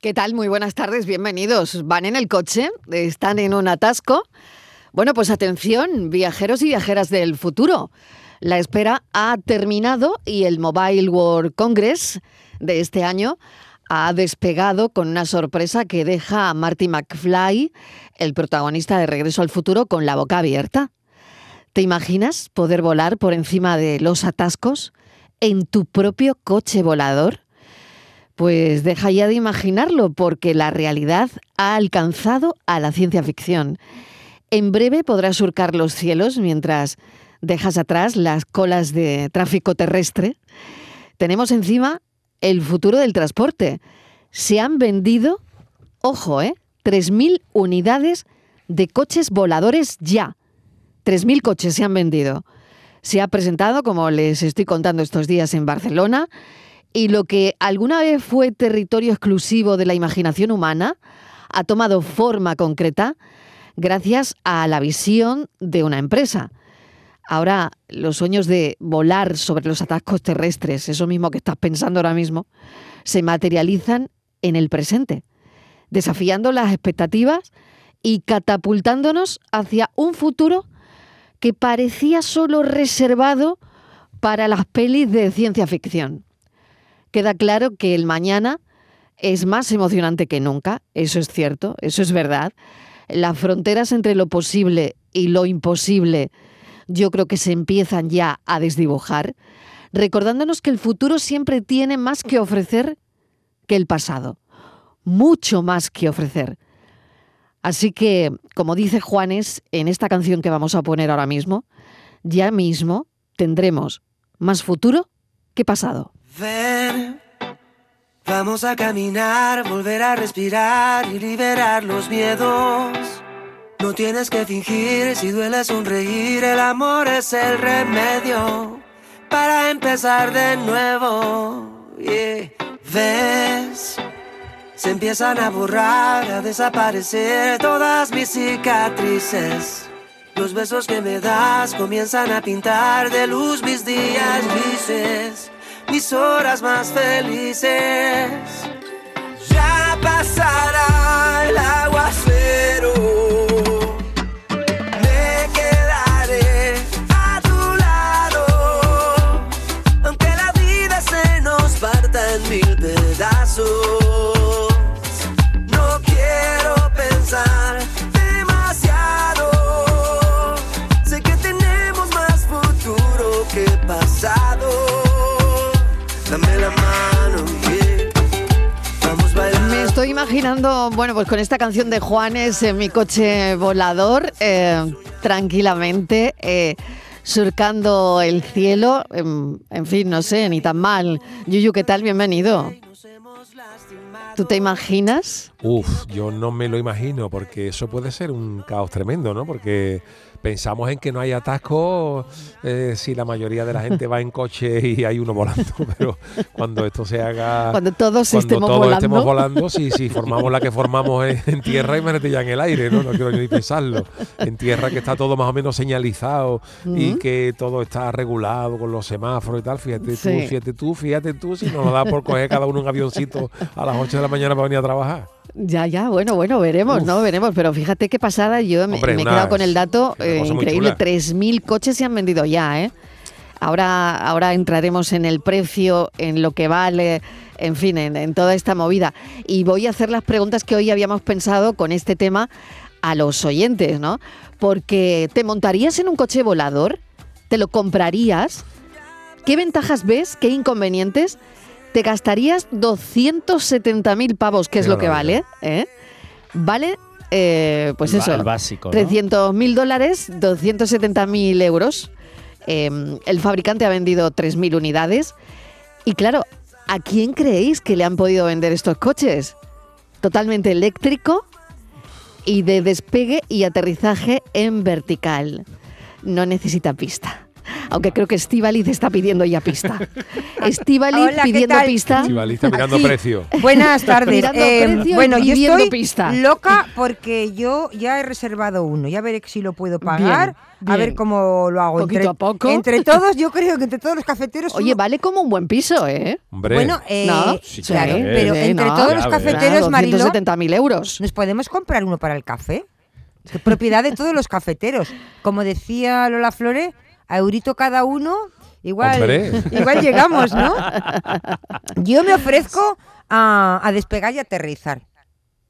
¿Qué tal? Muy buenas tardes, bienvenidos. Van en el coche, están en un atasco. Bueno, pues atención, viajeros y viajeras del futuro. La espera ha terminado y el Mobile World Congress de este año ha despegado con una sorpresa que deja a Marty McFly, el protagonista de Regreso al Futuro, con la boca abierta. ¿Te imaginas poder volar por encima de los atascos en tu propio coche volador? Pues deja ya de imaginarlo, porque la realidad ha alcanzado a la ciencia ficción. En breve podrás surcar los cielos mientras dejas atrás las colas de tráfico terrestre. Tenemos encima el futuro del transporte. Se han vendido, ojo, ¿eh? 3.000 unidades de coches voladores ya. 3.000 coches se han vendido. Se ha presentado, como les estoy contando estos días, en Barcelona y lo que alguna vez fue territorio exclusivo de la imaginación humana ha tomado forma concreta gracias a la visión de una empresa. Ahora, los sueños de volar sobre los atascos terrestres, eso mismo que estás pensando ahora mismo, se materializan en el presente, desafiando las expectativas y catapultándonos hacia un futuro que parecía solo reservado para las pelis de ciencia ficción queda claro que el mañana es más emocionante que nunca, eso es cierto, eso es verdad. Las fronteras entre lo posible y lo imposible yo creo que se empiezan ya a desdibujar, recordándonos que el futuro siempre tiene más que ofrecer que el pasado, mucho más que ofrecer. Así que, como dice Juanes en esta canción que vamos a poner ahora mismo, ya mismo tendremos más futuro que pasado. Ven, vamos a caminar, volver a respirar y liberar los miedos. No tienes que fingir, si duele sonreír, el amor es el remedio para empezar de nuevo. Yeah. Ves, se empiezan a borrar, a desaparecer todas mis cicatrices. Los besos que me das comienzan a pintar de luz mis días grises mis horas más felices. Ya pasará el aguacero. Me quedaré a tu lado. Aunque la vida se nos parta en mil pedazos. No quiero pensar. demasiado Sé que tenemos más futuro que Pasado. Dame la mano, yeah. Vamos bailando. Me estoy imaginando, bueno, pues con esta canción de Juanes en mi coche volador, eh, tranquilamente, eh, surcando el cielo, en, en, fin, no sé, ni tan mal. Yuyu, ¿qué tal? Bienvenido. ¿Tú te imaginas? Uf, yo no me lo imagino, porque eso puede ser un caos tremendo, ¿no? Porque pensamos en que no hay atascos eh, si la mayoría de la gente va en coche y hay uno volando, pero cuando esto se haga. Cuando todos, cuando estemos, todos volando. estemos volando. si, si formamos la que formamos en, en tierra, imagínate ya en el aire, ¿no? No quiero ni pensarlo. En tierra que está todo más o menos señalizado uh -huh. y que todo está regulado con los semáforos y tal. Fíjate sí. tú, fíjate tú, fíjate tú, si nos da por coger cada uno un avioncito a las 8 de la mañana para venir a trabajar. Ya, ya, bueno, bueno, veremos, Uf. ¿no? Veremos, pero fíjate qué pasada, yo me, Hombre, me he quedado con el dato eh, increíble, 3.000 coches se han vendido ya, ¿eh? Ahora, ahora entraremos en el precio, en lo que vale, en fin, en, en, toda esta movida. Y voy a hacer las preguntas que hoy habíamos pensado con este tema a los oyentes, ¿no? Porque ¿te montarías en un coche volador? ¿Te lo comprarías? ¿Qué ventajas ves? ¿Qué inconvenientes? te gastarías 270.000 pavos, que es lo que vale. ¿eh? Vale, eh, pues eso. El básico. ¿no? 300.000 dólares, 270.000 euros. Eh, el fabricante ha vendido 3.000 unidades. Y claro, ¿a quién creéis que le han podido vender estos coches? Totalmente eléctrico y de despegue y aterrizaje en vertical. No necesita pista. Aunque creo que Estivaliz está pidiendo ya pista. Estivaliz Hola, ¿qué pidiendo tal? pista. Estivaliz está mirando Aquí. precio. Buenas tardes. Eh, Em, Mirando precio y bueno, yo pidiendo estoy pista. loca porque yo ya he reservado uno. Ya veré si lo puedo pagar. Bien, A ver bien. cómo lo hago. Poquito entre, a poco. entre todos, yo creo que entre todos los cafeteros. Oye, uno- vale como un buen piso, ¿eh? Hombre, Bueno, eh, ¿No? Sí, claro, claro, pero eh, entre no. todos los Claro, cafeteros, Mariló, 270.000 euros. ¿nos podemos comprar uno para el café? Que Propiedad de todos los cafeteros. Como decía Lola Flore, a eurito cada uno, Hombre. igual, igual llegamos, ¿no? Yo me ofrezco a, a despegar y aterrizar.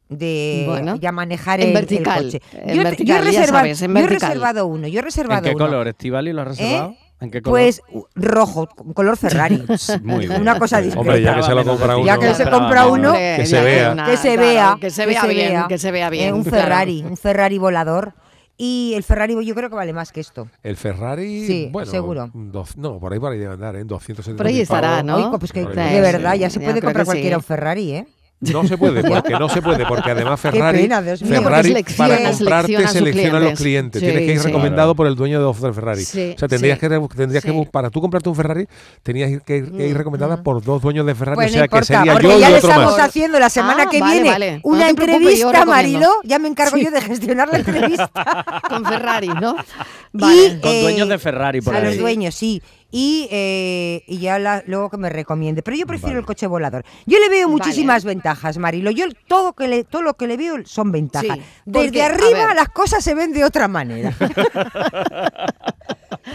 De Bueno. ya manejar En el, el vertical, coche. en yo, te- yo he vertical, ya reservado, sabes, en yo he vertical. reservado uno. Yo he reservado ¿En qué uno. color, Estivali, lo has reservado? ¿En qué color? Pues u- rojo, color Ferrari. Muy bien. una cosa discreta. Hombre, ya que se lo compra uno. Ya que se compra Esperaba uno, menos. Hombre, que ya se vea. una- Este, que se claro, vea, que se vea bien, que se vea bien. Eh, un claro. Ferrari, un Ferrari volador. Y el Ferrari yo creo que vale más que esto. El Ferrari, Sí, bueno, seguro. dos- no, por ahí por ahí debe andar, ¿eh? 270 Por ahí estará, ¿no? Oye, pues que Sí, de verdad, ya sí, se yo puede creo comprar que sí. cualquiera un Ferrari, ¿eh? No se puede, porque no se puede, porque además Qué Ferrari, pena, Dios mío. Ferrari No, porque para selecciona a sus comprarte clientes. selecciona a los clientes. Sí, tienes que ir sí. recomendado por el dueño de del Ferrari. Sí, o sea, tendrías sí, que re- tendrías que sí. bus- para tú comprarte un Ferrari tenías que ir, que ir recomendada por dos dueños de Ferrari, Pues o no sea, que Mm, importa, sería porque yo y ya le otro estamos más. haciendo la semana Ah, que vale, viene vale. No una te preocupes, yo entrevista, recomiendo. Marilo. Ya me encargo yo de gestionar la entrevista. Con Ferrari, ¿no? Y, Con eh, dueños de Ferrari por a ahí. los dueños, sí. Y, eh, y ya la- luego que me recomiende. Pero yo prefiero Vale. el coche volador. Yo le veo Vale. muchísimas ventajas, Marilo. Yo el- todo, que le, todo lo que le veo son ventajas. Sí, Desde porque, a arriba ver. las cosas se ven de otra manera.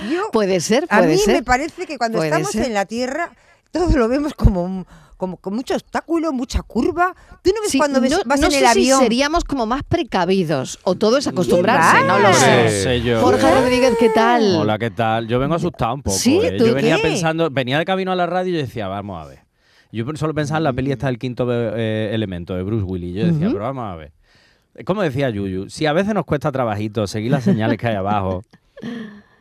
Yo- Puede ser, a puede mí ser. me parece que cuando Puede estamos ser. en la Tierra, todo lo vemos como, un- como con mucho obstáculo, mucha curva. ¿Tú no ves Sí, cuando ves- no, vas no en sé el avión? si seríamos como más precavidos o todo es acostumbrarse, ¿Qué no lo vas? sé. No sé yo. Borja Rodríguez, ¿qué tal? Hola, ¿qué tal? Yo vengo asustado un poco. ¿Sí? ¿eh? ¿Tú Yo venía qué? pensando, venía de camino a la radio y yo decía, vamos a ver. Yo solo pensaba en la peli esta del quinto eh, elemento de Bruce Willis. Yo decía, pero vamos a ver. Como decía Yuyu, si a veces nos cuesta trabajito seguir las señales que hay abajo,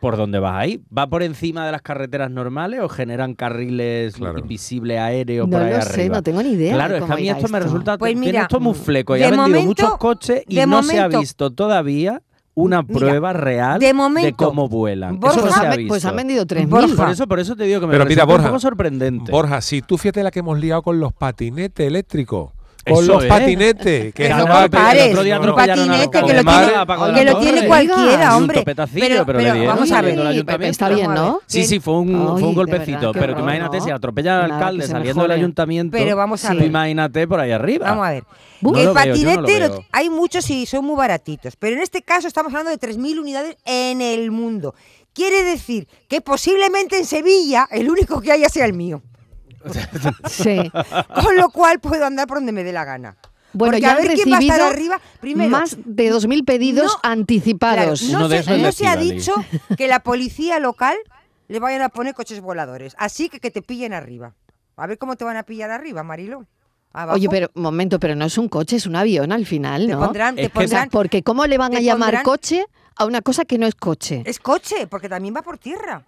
¿por dónde vas ahí? ¿Va por encima de las carreteras normales o generan carriles Claro. invisibles aéreos No por ahí lo arriba? sé, no tengo ni idea. Claro, de es que cómo a mí irá esto, me resulta Pues tiene mira, esto muy fleco. Y de ha vendido momento- muchos coches y de no se ha momento- visto todavía una Mira, prueba real de momento, cómo vuelan. Borja- Eso no Pues, se ha han, visto. pues han vendido Borja. 3.000. Por eso, por eso te digo que me Pero mira, resulta Borja, un poco sorprendente. Borja, si tú fíjate la que hemos liado con los patinetes eléctricos. Con Eso los es. patinetes. Que Que no no, va- pero pares, el otro día un atropellaron a los patinete que lo cobardes. tiene- Paco de que la lo tiene Torre. cualquiera, Oiga, Y un hombre. topetacillo, pero, le dieron. vamos a saliendo ver. del Sí, ayuntamiento. pero está bien, ¿no? Sí, sí, fue un, Ay, fue un de golpecito. verdad, qué pero que horror, imagínate, ¿no? si atropella al Nada, que alcalde se saliendo del mejore. ayuntamiento. Pero vamos a tú ver. Imagínate por ahí arriba. Vamos a ver. No el lo veo, yo no patinete lo lo- veo. hay muchos y son muy baratitos, pero en este caso estamos hablando de 3.000 unidades en el mundo. Quiere decir que posiblemente en Sevilla el único que haya sea el mío. Sí. Con lo cual puedo andar por donde me dé la gana. Bueno, Porque ya a ver han quién va a estar recibido arriba. Primero, más de 2.000 pedidos No, anticipados. Claro, no Uno de esos se, es no de se ha Estíbaliz. dicho que la policía local le vayan a poner coches voladores. Así que que te pillen arriba. A ver cómo te van a pillar arriba, Marilo. Abajo. Oye, pero un momento, pero no es un coche, es un avión al final, Te ¿no? pondrán- te Es que- O sea, pondrán- porque ¿cómo le van te a llamar pondrán- coche a una cosa que no es coche? Es coche, porque también va por tierra.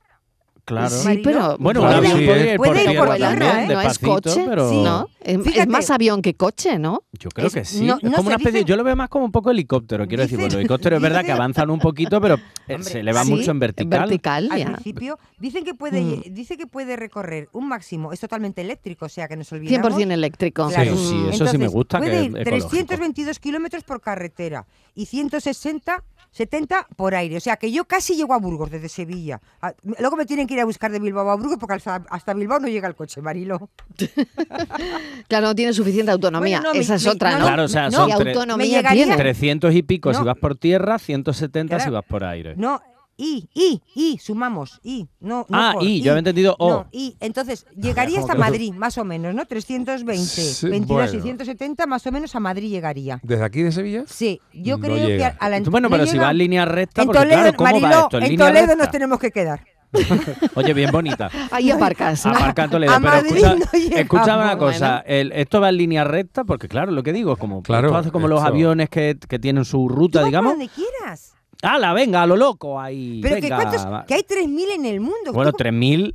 Claro. Sí, Amarillo. pero Bueno, Claro, un avión sí, podría ¿eh? ir por Puede ir tierra por tierra, también, ¿eh? no es despacito, coche, pero... Sí. ¿no? Es, es Fíjate. más avión que coche, ¿no? Yo creo Es- que sí. no- es no como una se especie. dice- Yo lo veo más como un poco helicóptero. Quiero decir, Dicen- los helicópteros es verdad que dicen- avanzan un poquito, pero eh, Hombre, se elevan Sí, mucho en vertical. vertical, Al ya. principio dicen que puede Mm. dice que puede recorrer un máximo, es totalmente eléctrico, o sea que nos olvidamos. 100% eléctrico. Claro. Sí, sí, Mm. eso sí me gusta, que Puede es ir ecológico. 322 kilómetros por carretera y 160, 70 por aire. O sea que yo casi llego a Burgos desde Sevilla. A- Luego me tienen que ir a buscar de Bilbao a Burgos porque hasta, hasta Bilbao no llega el coche, Marilo. Claro, no tiene suficiente autonomía. Bueno, no, Esa me- es me- otra, ¿no? no, no, Ah, Claro, o sea, ¿Qué son me tres- autonomía llegaría- tiene? 300 y pico si No. vas por tierra, 170 si Claro. vas por aire. No, y, y, y, sumamos, y, no, no Ah, por, y, yo había entendido o. No, y, entonces, llegaría hasta Madrid, más o menos, ¿no? 320, Sí, 22 bueno. y 170, más o menos a Madrid llegaría. ¿Desde aquí de Sevilla? Sí, yo No creo que llega. a, a la Bueno, no pero si llega. va en línea recta, En porque Toledo, claro, ¿cómo va Mariló, esto? En, en línea Toledo recta. nos tenemos que quedar. Oye, bien bonita. Ahí aparcas. ¿no? Aparca en Toledo, A pero Madrid escucha, no llegamos. escucha una cosa, Bueno. el- esto va en línea recta, porque claro, lo que digo es como, Claro, esto hace como los esto. aviones que, que tienen su Tú ruta, vas digamos. por donde quieras. ¡Hala, venga, a lo loco! Ahí, Pero que, venga. cuántos, que hay 3.000 en el mundo. Ah, Bueno, Tú- 3.000,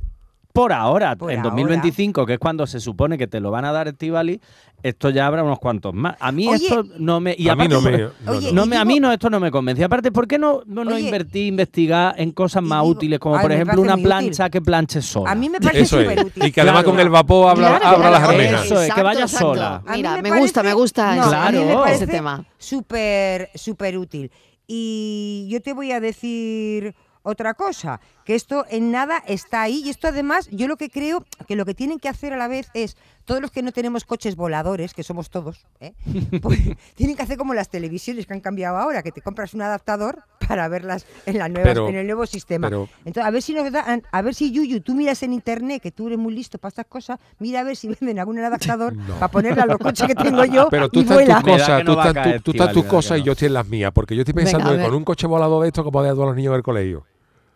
por ahora, Por en ahora. 2025, que es cuando se supone que te lo van a dar Estivali, esto ya habrá unos cuantos más. A mí Oye. esto no me. Y a mí aparte no me. por- no, Oye, no. no Y me, a digo- mí no, esto no me convence. Aparte, ¿por qué no, no, no Oye. invertí, investigar en cosas Y más digo- útiles, como Ay, por me ejemplo parece una muy útil. plancha que planche sola? A mí me parece Eso es. súper útil. Y que además Claro. con el vapor abra, Claro, abra claro, las eso abejas. es, que vaya sola. A mí Mira, me, gusta, me parece- gusta no, ese- a mí me Claro. parece ese tema. Súper, súper útil. Y yo te voy a decir otra cosa, que esto en nada está ahí. Y esto además, yo lo que creo que lo que tienen que hacer a la vez es, todos los que no tenemos coches voladores, que somos todos, ¿eh? pues tienen que hacer como las televisiones que han cambiado ahora, que te compras un adaptador para verlas en, la nueva, Pero- en el nuevo sistema. pero- Entonces, a ver si nos dan- a ver si Yuyu, tú miras en internet, que tú eres muy listo para estas cosas, mira a ver si venden algún adaptador No. para ponerle a los coches que tengo yo Ah, Pero tú y estás en vuela. tus Me da cosas, que tú no va a estás en caer, tu- tú estás en Estíbaliz, tus me da que cosas y no. yo estoy en las mías, porque yo estoy pensando Venga, a que ver. con un coche volador de esto que podías tú a los niños del colegio.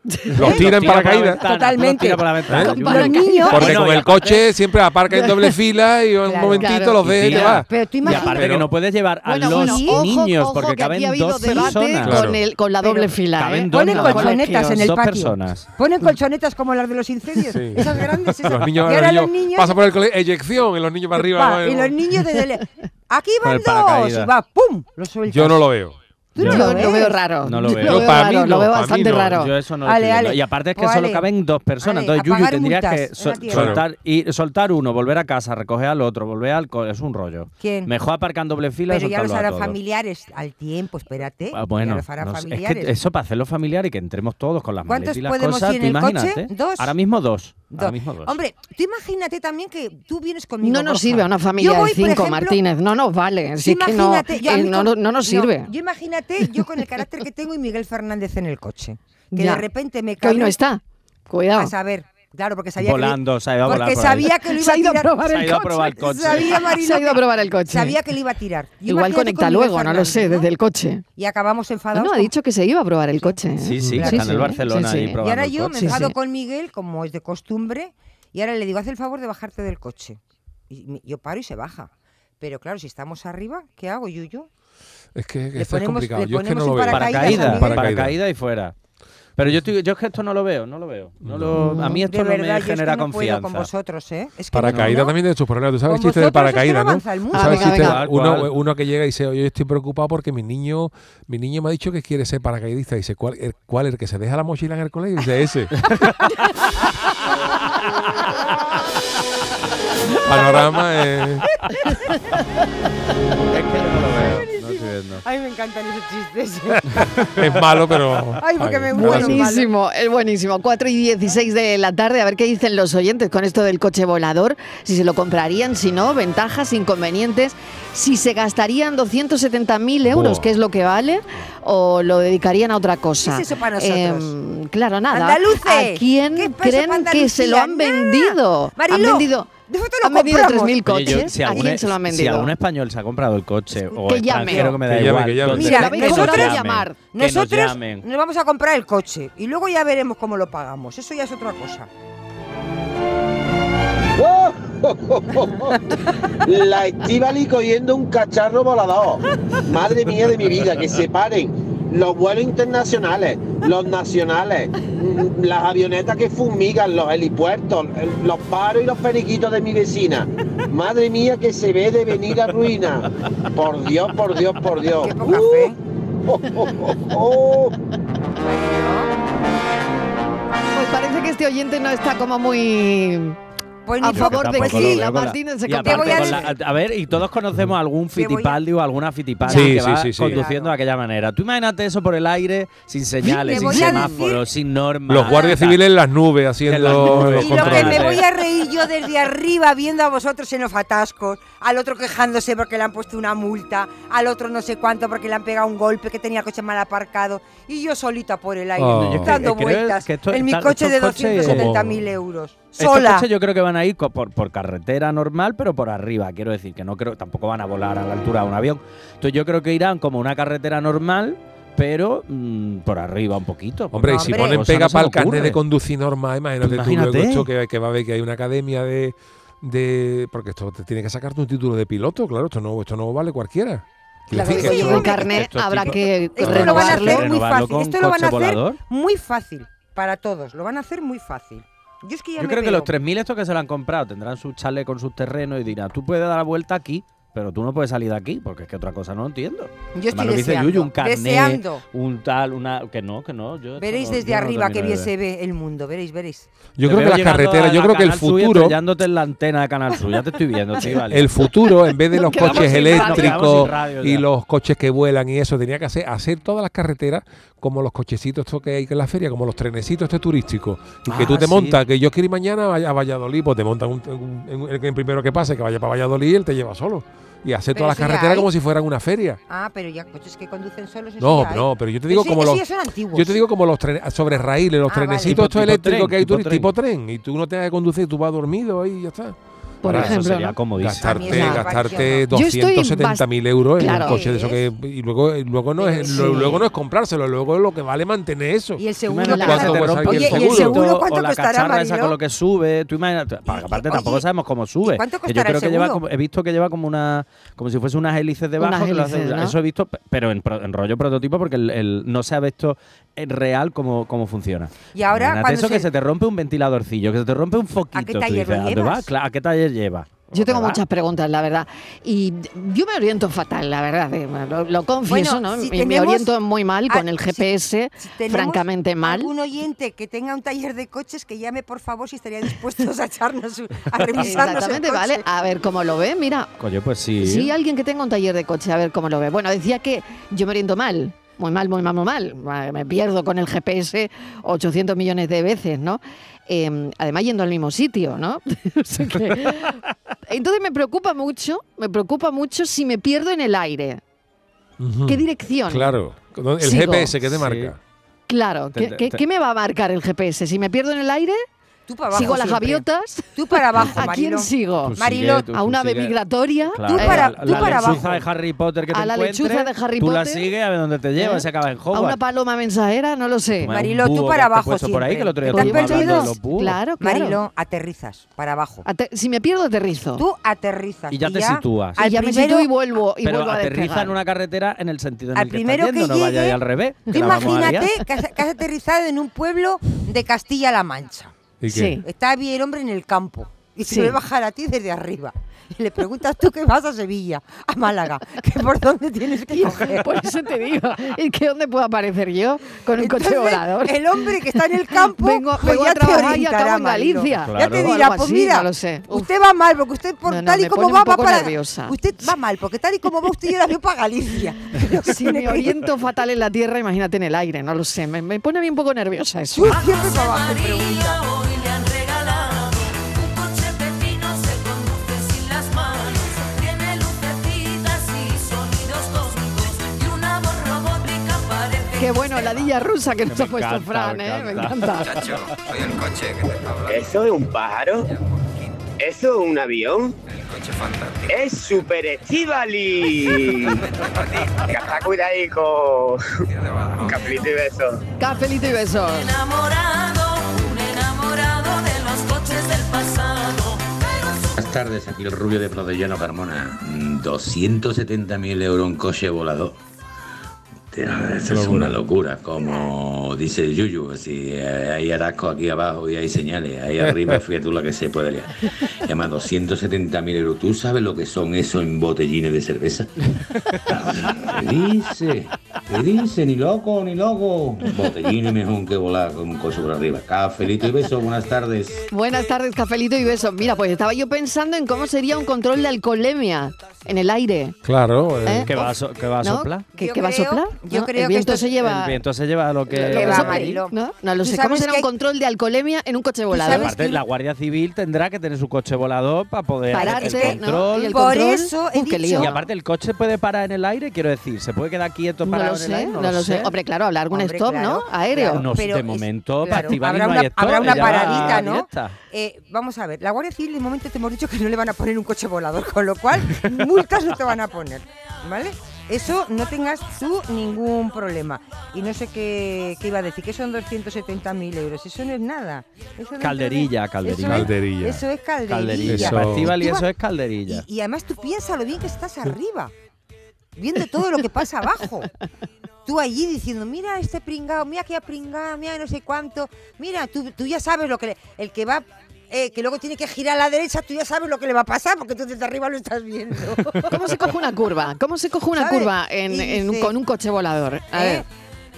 Los Los tira en tira por la paracaídas. ventana, los Totalmente. tira por la ventana, ¿Eh? yo- Los niños- Bueno, Porque con y el aparte- coche siempre aparca en doble fila y un Claro. momentito Claro. los dejes y te Tía, vas. Pero tú Y imaginas- aparte Pero- que no puedes llevar a Bueno, los bueno, ojo, niños ojo, porque que aquí ha caben habido dos debate personas. Claro. Con, el, con la doble Pero- fila. Caben ¿eh? dos Con Ponen no, los colchonetas en el dos patio. personas. Ponen colchonetas como las de los incendios. Sí. Esas grandes. esas. Los niños, y ahora los los niños. pasa por el colegio, eyección, y los niños para arriba. pa, bueno. y los niños desde el- Aquí Con van el dos. paracaídas. Y va, ¡pum! Lo sueltas. Yo no lo veo. Tú no Yo lo lo, ves. veo raro. No lo Yo veo. Lo Yo veo, para raro, mí lo no, veo para mí bastante no. raro. Yo eso no lo Ale, estoy viendo. ale. Y aparte es que O solo ale. caben dos personas. Ale, Entonces, Yuyu, apagar tendrías multas que sol- en la tienda. soltar, y, soltar uno, volver a casa, recoger al otro, volver al co- Es un rollo. ¿Quién? Mejor aparcar en doble fila Pero y ya los soltarlo a harán todos. familiares al tiempo, espérate. Ah, ya bueno, los harán no sé, es familiares. que eso para hacerlo familiar y que entremos todos con las ¿Cuántos maletas y las podemos cosas. ir en ¿te el coche? imagínate? ¿Dos? Ahora mismo dos. Ahora Dos. mismo dos. Hombre, tú imagínate también que tú vienes conmigo. No nos Borja. sirve a una Yo familia voy, de por cinco, ejemplo, Martínez. No nos vale. tú Si es que no, imagínate, yo a eh, mí no, con- no- no nos sirve. yo imagínate, yo con el carácter que tengo y Miguel Fernández en el coche. Que Ya. de repente me que hoy cae no está. Cuidado. A saber, claro, porque sabía Volando, que se ha ido a volar porque por ahí. sabía que lo Se iba ha a ido a tirar. probar Se ha el ido a probar coche. el coche. Sabía, Marilo, Se ha ido a que- probar el coche. Sabía que le iba a tirar. Igual Imagínate con conecta Miguel luego, no lo Fernández, sé, desde el coche. Y acabamos No, enfadados. no, ha con- dicho que se iba a probar el coche. ¿eh? Sí, sí, que Claro, está en el sí, Barcelona sí, sí. ahí Y Y probando ahora el yo me coche. Sí, enfado sí. con Miguel, como es de costumbre, y ahora le digo, haz el favor de bajarte del coche. Y me- yo paro y se baja. Pero claro, si estamos arriba, ¿qué hago, Yuyo? Es que, que Le está ponemos- complicado. le Yo es que ponemos no lo un veo. paracaídas Paracaídas, también. paracaídas y fuera. Pero yo, estoy- yo es que esto no lo veo, no lo veo. No lo- a mí esto de no verdad, me yo es que genera no puedo con confianza. vosotros, ¿eh? Es que no, Paracaídas no. también tiene sus problemas. Tú sabes el Con chiste del vosotros es que no paracaídas, ¿no? avanza el mundo. Tú sabes Ah, el chiste- venga, venga. uno, ¿Cuál? uno que llega y dice, oye, yo estoy preocupado porque mi niño, mi niño me ha dicho que quiere ser paracaidista. dice, ¿cuál, el, cuál, el que se deja la mochila en el colegio? dice, ese. Panorama eh, Es que yo no lo veo, no estoy viendo. Ay, me encantan esos chistes. es malo, pero... Ay, porque me gracias. muero. Buenísimo, es buenísimo. 4 y 16 de la tarde, a ver qué dicen los oyentes con esto del coche volador, si se lo comprarían, si no, ventajas, inconvenientes, si se gastarían 270.000 euros, Buah. que es lo que vale, o lo dedicarían a otra cosa. ¿Qué es eso para nosotros? Em, claro, nada. Andaluces, ¿A quién ¿qué pasó creen para que se lo han Andalucía? Nada. vendido? han Mariló, vendido, nosotros lo han vendido compramos. 3.000 Oye, yo- coches. si ¿A algún quién es- se lo han Si vendido? algún español se ha comprado el coche o Que llame. extranjero que me da Que llame, igual, que llame. donde Mira, sea, que nos nosotros- llamar. Que nos Nosotros llamen. nos vamos a comprar el coche y luego ya veremos cómo lo pagamos. Eso ya es otra cosa. La Estivali cogiendo un cacharro volador. Madre mía de mi vida, que se paren los vuelos internacionales, los nacionales, mm, las avionetas que fumigan, los helipuertos, el- los paros y los periquitos de mi vecina. Madre mía, que se ve de venir a ruina. Por Dios, por Dios, por Dios. Qué poca fe. Oh, oh, oh, oh. Pues parece que este oyente no está como muy Pues A ni- Yo es que favor de tampoco que lo sí, veo la con Martínez se y compra. Te aparte voy con a- la- a ver, y todos conocemos a algún Te voy a- fitipaldi o alguna fitipaldi Sí, que sí, va sí, sí. conduciendo de aquella manera. Tú imagínate eso por el aire, sin señales, Te sin voy a decir- semáforos, sin normas. Los guardias civiles en las nubes En las haciendo nubes. los Y lo que me Contrólate. controles. voy a reír yo desde arriba viendo a vosotros en los atascos, al otro quejándose porque le han puesto una multa, al otro no sé cuánto porque le han pegado un golpe que tenía el coche mal aparcado y yo solita por el aire Oh. Yo es que- dando creo que vueltas esto- en mi claro, coche de estos coches- 270.000 euros. Estos Sola. coches yo creo que van a ir co- por, por carretera normal, pero por arriba. Quiero decir que no creo, tampoco van a volar a la altura de un avión. Entonces yo creo que irán como una carretera normal, pero mm, por arriba un poquito. Hombre, y No, si hombre. ponen Cosa no pega se para me el carnet ocurre. de conducir normal, imagínate, tú Imagínate. luego esto que, que va a ver que hay una academia de, de- Porque esto te tiene que sacarte un título de piloto, claro, esto no, esto no vale cualquiera. Quiero Claro, decir Sí, que sí, el hombre, carnet esto es habrá tipo- que Esto Pero lo van a renovarlo. hacer muy ¿Renovarlo fácil. con Esto lo van a coche hacer volador? muy fácil para todos. Lo van a hacer muy fácil. Yo es que ya Yo me creo que veo. los 3.000 estos que se lo han comprado tendrán su chale con sus terrenos y dirán, tú puedes dar la vuelta aquí, pero tú no puedes salir de aquí, porque es que otra cosa no entiendo. Yo Además, estoy lo que dice deseando, Yuyu, un carné, deseando. un tal, una... Que no, que no. Yo esto Veréis no- desde yo no arriba termino que de bien ver. se ve el mundo, veréis, veréis. Yo Te creo veo que las llegando carreteras, a yo la creo que el Canal Sur y futuro, estrellándote en la antena de Canal Sur. Ya te estoy viendo, tío, vale. el futuro, en vez de Nos los quedamos coches sin radio. Nos quedamos eléctricos sin radio y ya. los coches que vuelan y eso, tenía que hacer, hacer todas las carreteras como los cochecitos estos que hay en la feria, como los trenecitos este turísticos. Y que Ah, tú te sí. montas, que yo quiero ir mañana a Vall- a Valladolid, pues te montan un, un- un- el primero que pase, que vaya para Valladolid, él te lleva solo. Y hacer Pero todas las eso ya carreteras hay. como si fueran una feria. Ah, pero ya coches que conducen solos. eso No, ya hay. no, pero yo te digo Eso- como eso los. ya son antiguos. Yo te digo como los trenes- sobre raíles, los Ah, vale. trenecitos Tipo- estos tipo eléctricos tren, que hay tipo turi- tren. tipo tren. Y tú no tengas que conducir, tú vas dormido ahí y ya está. Por Ahora, Ahora, ejemplo, Eso sería ¿no? comodísimo. Gastarte, También. gastarte Yo estoy 270.000 euros en Claro. un coche de eso que. Y luego, y luego, no es, lo- Sí. luego no es comprárselo, luego es lo que vale mantener eso. Y el Tú seguro. imagínate ¿Cuánto que se te cuesta rompe aquí Oye, el ¿y el seguro? seguro o cuánto la costará, cacharra esa Mariló? con lo que sube. Tú imagínate, y- porque aparte oye, tampoco sabemos cómo sube. cuánto Que yo costará creo el que lleva, seguro? como- he visto que lleva como una, como si fuese unas hélices debajo. Unas que lo hace- hélices, ¿no? Eso he visto, pe- pero en, pro- en rollo prototipo, porque el- el- no se ha visto en real cómo, cómo funciona. Y ahora, Imagínate cuando eso se- que se te rompe un ventiladorcillo, que se te rompe un foquito. qué tú taller lo dices, ¿a dónde va? llevas? Claro, ¿A qué taller lleva? Yo tengo ¿Dónde va? muchas preguntas, la verdad. Y yo me oriento fatal, la verdad. eh, Lo, lo confieso, Bueno, ¿no? si Y me tenemos- oriento muy mal Ah, con el si- GPS, si tenemos francamente mal. algún oyente que tenga un taller de coches que llame por favor si estaría dispuestos a echarnos un- a revisarnos Exactamente, el coche. ¿vale? A ver cómo lo ve, mira. Coño, pues sí. Si hay alguien que tenga un taller de coche, a ver cómo lo ve. Bueno, decía que yo me oriento mal. Muy mal, muy mal, muy mal. Me pierdo con el GPS 800 millones de veces, ¿no? Eh, además, yendo al mismo sitio, ¿no? O sea que- Entonces me preocupa mucho, me preocupa mucho si me pierdo en el aire. Ujú. Mm, ¿Qué dirección? Claro. El Sigo. GPS que te Sí. marca. Claro, Te- ¿qué, te- qué- te- qué me va a marcar el GPS? Si me pierdo en el aire, Tú para abajo sigo a las siempre. gaviotas. Tú para abajo, ¿A quién Mariló. sigo? Tú sigue, Mariló, tú- ¿A una tú ave sigue. migratoria? pues Claro, Eh, Tú para- la, tú la para lechuza abajo. de Harry Potter que A te la encuentres, lechuza de Harry Tú la Potter. sigues a ver dónde te lleva, ¿Eh? se acaba en ¿A una Hogwarts. paloma mensajera? No lo sé. Toma, un Mariló, tú para búho que te has abajo puesto por ahí, que el otro día siempre. estuvimos ¿Te has hablando de perdido? los búhos. Claro, claro. Mariló, aterrizas para abajo. Ate- si me pierdo, aterrizo. Tú aterrizas. Y ya te sitúas. Y al ya me primero- sitúo y vuelvo, y pero vuelvo a aterriza despegar. en una carretera en el sentido en Al el que primero está yendo, que no vaya llegue, ahí al revés. Tú que la vamos a imagínate liar. que has, que has aterrizado en un pueblo de Castilla-La Mancha. ¿Y qué? Sí. Está bien el hombre en el campo y Sí. se ve bajar a ti desde arriba. Y le preguntas tú que vas a Sevilla, a Málaga, que por dónde tienes que coger. Por eso te digo, ¿y que dónde puedo aparecer yo con un coche Entonces, volador? El hombre que está en el campo, Vengo- pues vengo ya a trabajar te y orientará, acabo en Mariló. Galicia. Ya Claro. te O dirá, algo pues así, mira, no lo sé. Uf. usted va mal, porque usted por No, no, tal y me como pone va, un va poco para... nerviosa. Usted va mal, porque tal y como va usted, yo la veo para Galicia. Lo que Si tiene me que ir. oriento fatal en la tierra, imagínate en el aire, no lo sé. Me, me pone a mí un poco nerviosa eso. Tú siempre para abajo, pregunta. Hoy me han regalado un coche pepino, se conduce sin las manos. Tiene lucecitas y sonidos cósmicos. Y una voz robótica parece. Qué bueno, la dilla rusa que nos me ha puesto encanta, Fran, me ¿eh? Me encanta. encanta. ¿Eso es un pájaro? ¿Eso es un avión? ¡Es super estivali! Está cuidadico. Caplito y beso. Cafelito y besos. Enamorado, un enamorado de los coches del pasado. Buenas tardes, aquí el rubio de Prodellano Carmona. Mm, 270.000 euros un coche volador. Tío, Eso es una locura, como dice el Yuyu, si eh, hay atasco aquí abajo y hay señales, ahí arriba fíjate tú la que se puede liar. Y Además, 270.000 euros, ¿tú sabes lo que son eso en botellines de cerveza? ¿Qué dice? ¿Qué dice? Ni loco, ni loco. Botellines mejor que volar con un coche por arriba. Cafelito y beso, buenas tardes. Buenas tardes, cafelito y besos. Mira, pues estaba yo pensando en cómo sería un control de alcoholemia en el aire. Claro. eh, ¿Eh? Que va a, so- que va a ¿No? soplar. ¿Qué, Yo qué va a creo- soplar? yo ¿No? creo el que viento esto se es- lleva. El viento se lleva lo que. lo que que va, sopla. Mariló. ¿No? no lo Tú sé. ¿Cómo sabes será que un hay- control de alcoholemia en un coche sabes volador? Aparte, que- la Guardia Civil tendrá que tener su coche volador para poder Pararse, hacer ¿no? el control. Y el Por control. eso he Uh, qué dicho- lío. Y aparte el coche puede parar en el aire, quiero decir, se puede quedar quieto no parado lo en sé, el aire. no, lo sé. Hombre, claro, hablar algún Hombre, stop, claro, ¿no? Aéreo. claro. No, Pero de es- momento, para claro, activar habrá no una- hay stop, habrá una ella va paradita, ¿no? directa. Eh, vamos a ver, la Guardia Civil de momento te hemos dicho que no le van a poner un coche volador, con lo cual multas no te van a poner, ¿vale? Eso no tengas tú ningún problema. Y no sé qué, qué iba a decir, que son 270.000 euros, eso no es nada. Eso dentro de- Calderilla, calderilla. Eso es- Calderilla. Eso es calderilla. Calderilla. Eso- Para Estíbali, Y tú eso vas- es calderilla. Y, y además tú piensa lo bien que estás arriba, viendo todo lo que pasa abajo. Tú allí diciendo, mira este pringado, mira que ha pringado, mira no sé cuánto. Mira, tú, tú ya sabes lo que le- el que va, eh, que luego tiene que girar a la derecha, tú ya sabes lo que le va a pasar porque tú desde arriba lo estás viendo. ¿Cómo se coge una curva? ¿Cómo se coge una ¿Sabes? curva en- Y en un- dice- con un coche volador? A ¿Eh? ver.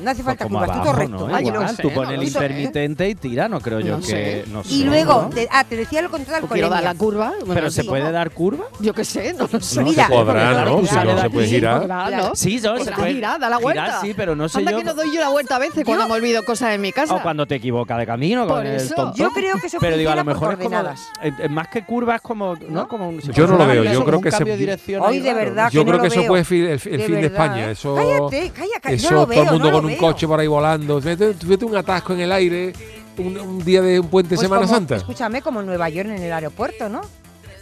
No hace falta Pues como curvas, tú todo abajo, recto. ¿eh? ¿no? Ah, yo Igual, no sé, tú no pones lo el sé. intermitente y tira, no creo yo No que... sé. No sé, Y luego, ¿no? te, ah, te decía lo ¿O contrario al quiero dar la colemia. curva? Bueno, ¿Pero no se sé. puede dar curva? Yo qué sé, no lo sé. No Mira. se podrá, ¿no? Si Claro, no se puede sí, girar. Podrá, ¿no? Sí, yo se Podrá puede. girar, da la Girar, vuelta. sí, pero no sé Anda yo- que no doy yo la vuelta a veces cuando me olvido cosas en mi casa. O Oh, cuando te equivocas de camino Por con el eso. tontón. Yo creo que eso Pero digo, a lo funciona por mejor es como, coordenadas. eh, eh, más que curva es como, ¿no? Como un- si Yo no fuera lo veo, eso, yo como creo un que se- cambio de dirección Hoy ahí de raro. verdad Yo que creo no que lo eso veo. fue el, fi- el fi- el De fin de verdad, España. ¿eh? Eso, Cállate, calla, calla, yo eso no lo todo el veo, mundo no lo con un veo. coche por ahí volando. Tuviste tuviste un atasco en el aire un, un día de un puente Pues Semana como- Santa. Escúchame, como en Nueva York en el aeropuerto, ¿no?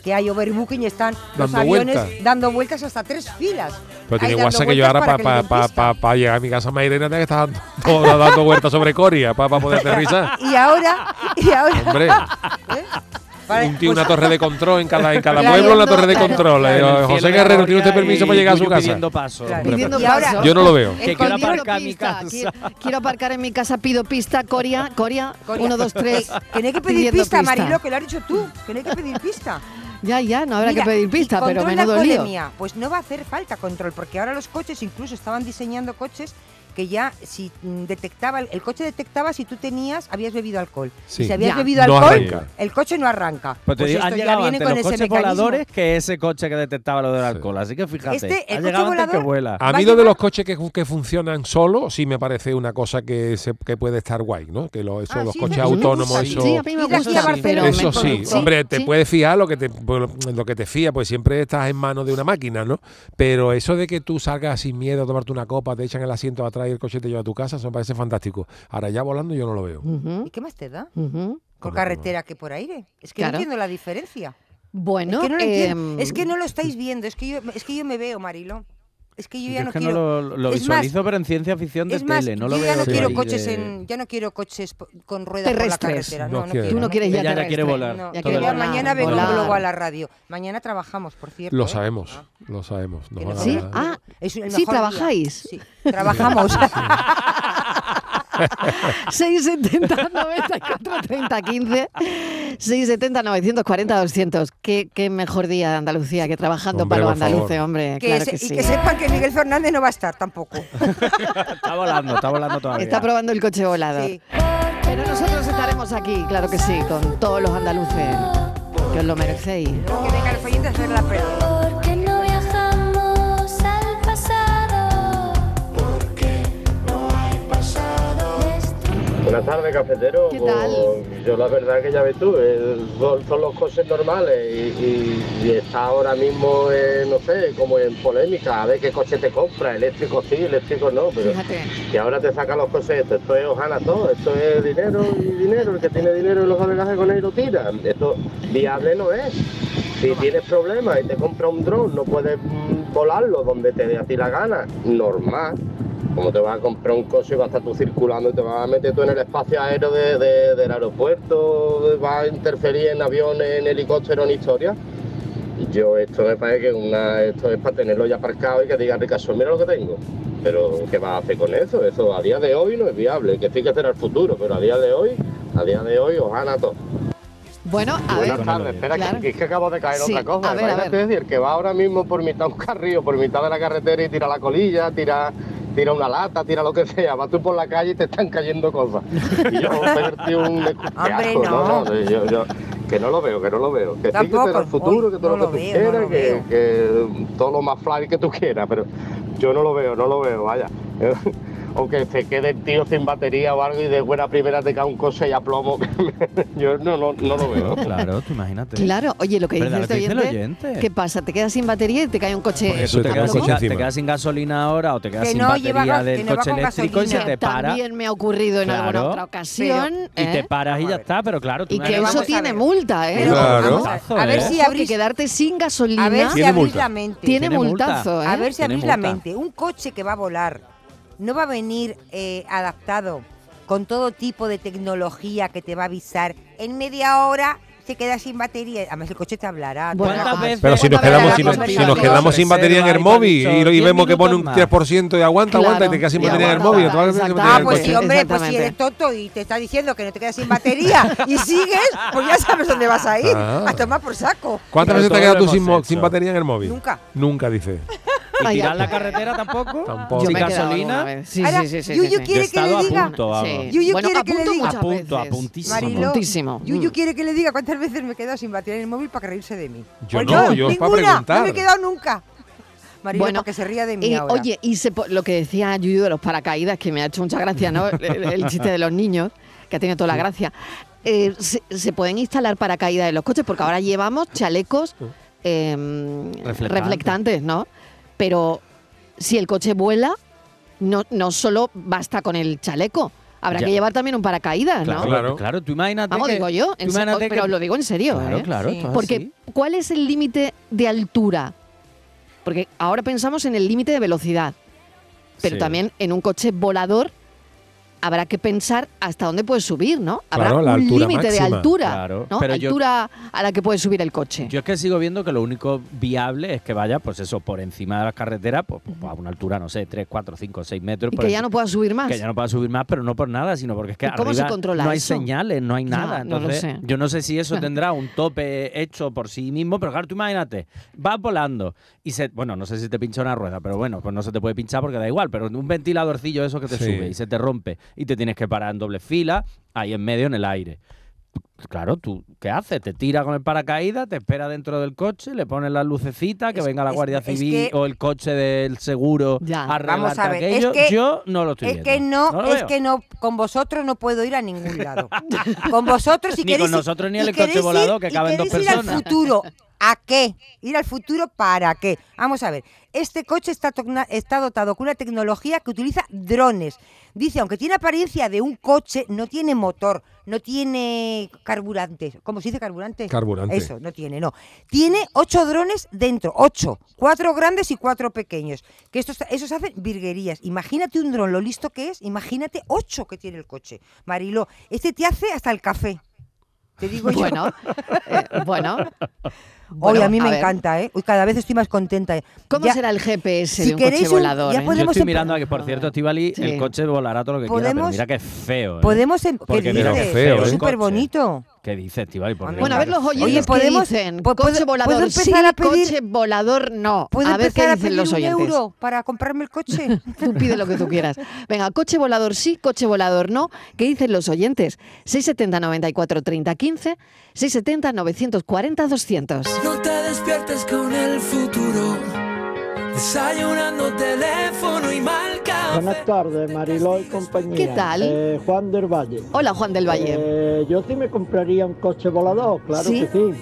Que hay overbooking y están los Dando aviones vueltas. dando vueltas hasta tres filas. Pero Ahí tiene dando WhatsApp que vueltas yo ahora para que le den pista. llegar a mi casa Mairena tengo que estar dando, todo- dando vueltas sobre Coria para poder aterrizar. Y ahora, y ahora. Hombre, ¿eh? Vale, un tío, pues- una torre de control en cada, en cada Claro, pueblo, una no, torre de claro. control. Eh, En el cielo José de Guerrero, ¿tiene Gloria usted permiso y para llegar a su Yuyu casa? pidiendo paso. Claro. Hombre, Pidiendo Y ahora- paso. Yo no lo veo. En Que quiero cualquier aparcar mi autopista. casa. Quiero, quiero aparcar en mi casa, pido pista, Coria, Coria, Coria. 1, 2, 3. Que no hay que pedir pista, Marilo, que lo has dicho tú. Que no hay que pedir pista. Ya, ya, no habrá Mira, que pedir y pista, pero control de menudo lío. alcoholemia, Pues no va a hacer falta control, porque ahora los coches incluso estaban diseñando coches que ya si mm, detectaba, el- el coche detectaba si tú tenías, habías bebido alcohol. Sí. Si habías Ya. bebido No alcohol, arranca. el coche no arranca. Pues te Pues digo, esto han ya llegado viene antes con los ese coches mecanismo. voladores que ese coche que detectaba lo del alcohol. Así que fíjate, Este, el ha coche llegado antes que volador- vuela. A Va mí a lo de llevar- los coches que, que funcionan solo sí me parece una cosa que, se, que puede estar guay, ¿no? Que lo- eso, Ah, los sí, coches me gusta, autónomos, sí, eso... Sí, a mí me Ir aquí a gusta, pero Barcelona, Eso me sí, conozco. hombre, te sí. puedes fiar lo que te lo que te fía, pues siempre estás en manos de una máquina, ¿no? Pero eso de que tú salgas sin miedo a tomarte una copa, te echan el asiento atrás y el coche te lleva a tu casa, eso me parece fantástico. Ahora ya volando yo no lo veo. ¿Y Ujú, qué más te da? ujú. Por Como- carretera que por aire. Es que Claro. no entiendo la diferencia. Bueno, es, que no lo entiendo. em, es que no lo estáis viendo. Es que yo, es que yo me veo, Marilo. Es que yo Yo ya es no que quiero. no lo, lo Es más, visualizo, pero en ciencia ficción de es más, tele. No lo yo veo ya no de- quiero de- coches en, ya no quiero coches po- con ruedas por la Terrestres. carretera. No No, no, quiero. quiero. Tú no quieres Ella ya terrestre. quiere volar. No, Ya todo quiere el ya rato. volar, mañana vengo volar. luego a la radio. Mañana trabajamos, por cierto. Lo ¿eh? sabemos, Ah, lo sabemos. que No no van a- Sí, sabemos. ah, Es sí, el mejor día. trabajáis. Sí, trabajamos. 670 94 30 15 670 940 200 qué, qué mejor día de Andalucía que trabajando Hombre, para los por favor. andaluces hombre Que claro se- que y sí que sepan que Miguel Fernández no va a estar tampoco. Está volando, está volando todavía. está probando el coche volador Sí. pero nosotros estaremos aquí claro que sí con todos los andaluces que os lo merecéis Que vengan los oyentes a hacer la pregunta. Porque no viajamos al pasado. Porque no hay pasado. Buenas tardes, cafetero. ¿Qué tal? Pues, yo la verdad que ya ves tú, eh, son, son los coches normales y, y- y está ahora mismo, eh, no sé, como en polémica, a ver qué coche te compra, eléctrico sí, eléctrico no, pero fíjate que ahora te sacan los coches, esto, esto es hojana todo, esto es dinero y dinero, el que tiene dinero y los alegajes con él lo tira, esto viable no es. Si tienes problemas y te compra un dron, no puedes mm, volarlo donde te dé a ti la gana, normal. Como te vas a comprar un coche y vas a estar tú circulando y te vas a meter tú en el espacio aéreo de- de- del aeropuerto, vas a interferir en aviones, en helicópteros, en historias? Yo esto me parece que una, esto es para tenerlo ya aparcado y que digan, Ricasso, mira lo que tengo. Pero ¿qué vas a hacer con eso? Eso a día de hoy no es viable, que sí que será el futuro, pero a día de hoy, a día de hoy os gana todo. bueno a ver Buenas tardes, espera, que- claro. que, es que acabo de caer Sí, otra cosa. a ver, a Imagínate ver. decir, el que va ahora mismo por mitad de un carrillo, por mitad de la carretera y tira la colilla, tira, tira una lata, tira lo que sea, vas tú por la calle y te están cayendo cosas. Y yo Ah, perdí un qué Hombre, asco, no. yo- yo- que no lo veo, que no lo veo. Que sí que Tampoco, será el futuro, hoy que no todo lo que lo tú veo, no quieras, lo que, veo. que todo lo más fly que tú quieras, pero yo no lo veo, no lo veo, vaya. O que se quede el tío sin batería o algo y de buena primera te cae un coche y a plomo. Yo no, no, no lo veo. pues Claro, tú imagínate. claro oye lo que Pero dice lo este que dice el oyente, oyente. qué pasa te quedas sin batería y te cae un coche Porque Porque tú te Eso quedas, te sin, cae ga- encima. te quedas sin gasolina ahora o te quedas Que sin no lleva batería gas- del que no va coche con eléctrico y se gasolina. te para. también me ha ocurrido en alguna Claro. otra ocasión Y te ¿eh? paras y ya está, pero claro, tú Y no que eres- vamos eso a tiene ver. multa, ¿eh? Pero Claro. vamos a, a ver Ojo, si ¿eh? Ojo, que abrís, quedarte sin gasolina a ver si Tiene abrís multa. la mente. tiene, Tiene multa. multazo, ¿eh? A ver si Tiene abrís la multa. mente. Un coche que va a volar no va a venir eh, adaptado con todo tipo de tecnología que te va a avisar en media hora. te quedas sin batería. Además, el coche te hablará. te ¿Cuántas hablará. veces? Pero si nos Cuando quedamos, la sin, conversación. si nos quedamos sin batería en el Reserva, móvil y y, te han dicho, y vemos que 10 pone un más. 3% y aguanta, aguanta y te quedas sin Claro, y batería en el aguanta, móvil. te vas a quedar sin batería Ah, en el pues sí, coche. hombre, pues si Exactamente. eres tonto y te está diciendo que no te quedas sin batería y sigues, pues ya sabes dónde vas a ir. Ah. A tomar por saco. ¿Cuántas Pero veces te has todo quedado lo tú sin, hemos mo- sin hecho. batería en el móvil? Nunca. Nunca, dice. ¿Y Ay, tirar ay, la ay. carrera tampoco? Tampoco. ¿Sin he quedado alguna gasolina? vez. Sí, Ahora, sí, sí, sí, Yuyu sí, sí. Yo he ¿Quiere que le estado a diga? punto, vamos. Sí. Yuyu Bueno, quiere que le apunto diga. A muchas punto, a veces. puntísimo. Mariló, Puntísimo. Yuyu Mm. quiere que le diga cuántas veces me he quedado sin batería en el móvil para que reírse de mí. Yo Pues no, yo es para ninguna, preguntar. No me he quedado nunca. Marilo, Bueno, para que se ría de mí Y, ahora. Oye, y se po- lo que decía Yuyu de los paracaídas, que me ha hecho mucha gracia, ¿no? El, el chiste de los niños, que ha tenido toda la gracia. Eh, se, se pueden instalar paracaídas en los coches? Porque ahora llevamos chalecos eh, Reflectantes. reflectantes, ¿no? Pero si el coche vuela, no, no solo basta con el chaleco. Habrá Ya. que llevar también un paracaídas, Claro, ¿no? claro. Claro. tú imagínate Vamos, que- digo yo, en tú se- oh, imagínate pero que- lo digo en serio, Claro, ¿eh? claro, Sí. esto es Porque, así. ¿cuál es el límite de altura? Porque ahora pensamos en el límite de velocidad, pero Sí. también en un coche volador habrá que pensar hasta dónde puedes subir, ¿no? Habrá Claro, la un altura límite de máxima. altura, Claro, ¿no? pero yo- altura a la que puede subir el coche. Yo es que sigo viendo que lo único viable es que vaya, pues eso, por encima de las carreteras, pues, pues, a una altura, no sé, 3, 4, 5, 6 metros. y por que ya enci- no pueda subir más. que ya no pueda subir más, pero no por nada, sino porque es que ¿Y cómo arriba se controla no hay eso? señales, no hay No, nada. no lo Entonces, sé. yo no sé si eso Bueno. tendrá un tope hecho por sí mismo, pero claro, tú imagínate, vas volando y se, bueno, no sé si te pincha una rueda, pero bueno, pues no se te puede pinchar porque da igual, pero un ventiladorcillo de eso que te Sí. sube y se te rompe y te tienes que parar en doble fila, ahí en medio en el aire. Claro, tú, ¿qué haces? Te tira con el paracaídas, te espera dentro del coche, le pones la lucecita, que Es- venga la es- Guardia es que- Civil o el coche del seguro Ya. a Vamos a arreglarte ver, aquello. es que- Yo no lo estoy Es viendo. que no, lo es veo. que no, con vosotros no puedo ir a ningún lado. Con vosotros si Ni queréis con nosotros ni y en el coche queréis volador, ir- que y caben dos queréis ir al personas. futuro, ¿a qué? Ir al futuro para qué? Vamos a ver. Este coche está, tocna- está dotado con una tecnología que utiliza drones. Dice, aunque tiene apariencia de un coche, no tiene motor, no tiene carburante. ¿Cómo se dice carburante? Carburante. Eso, no tiene, no. Tiene ocho drones dentro, ocho. Cuatro grandes y cuatro pequeños. Que estos, esos hacen virguerías. Imagínate un dron, lo listo que es, imagínate ocho que tiene el coche. Marilo, este te hace hasta el café. Te digo yo. Bueno, eh, bueno. Hoy Bueno, a mí me ver. encanta, ¿eh? Hoy cada vez estoy más contenta. eh. ¿Cómo Ya- será el GPS de si un coche queréis un- volador? eh? ya podemos Yo estoy em- mirando a que, por cierto, Estivali, Sí. el coche volará todo lo que quiera, pero Podemos- mira que es feo. ¿eh? Podemos. em- ¿qué Porque pero dices? feo, Es ¿eh? súper bonito. ¿Qué dice Estivali? Por Dios? Bueno, a ver los oyentes Oye, qué podemos- dicen. ¿puedo- coche volador puedo sí, empezar a pedir- coche volador no. ¿Puedo a ver qué empezar a dicen pedir los un oyentes. euro para comprarme el coche? Tú pide lo que tú quieras. Venga, coche volador sí, coche volador no. ¿Qué dicen los oyentes? 670 94 30 15, 670 940 200. No te despiertes con el futuro. Desayunando teléfono y marca. Buenas tardes, Mariló y compañía. ¿Qué tal? Eh, Juan del Valle. Hola, Juan del Valle. Eh, yo sí me compraría un coche volador, claro ¿Sí? que sí.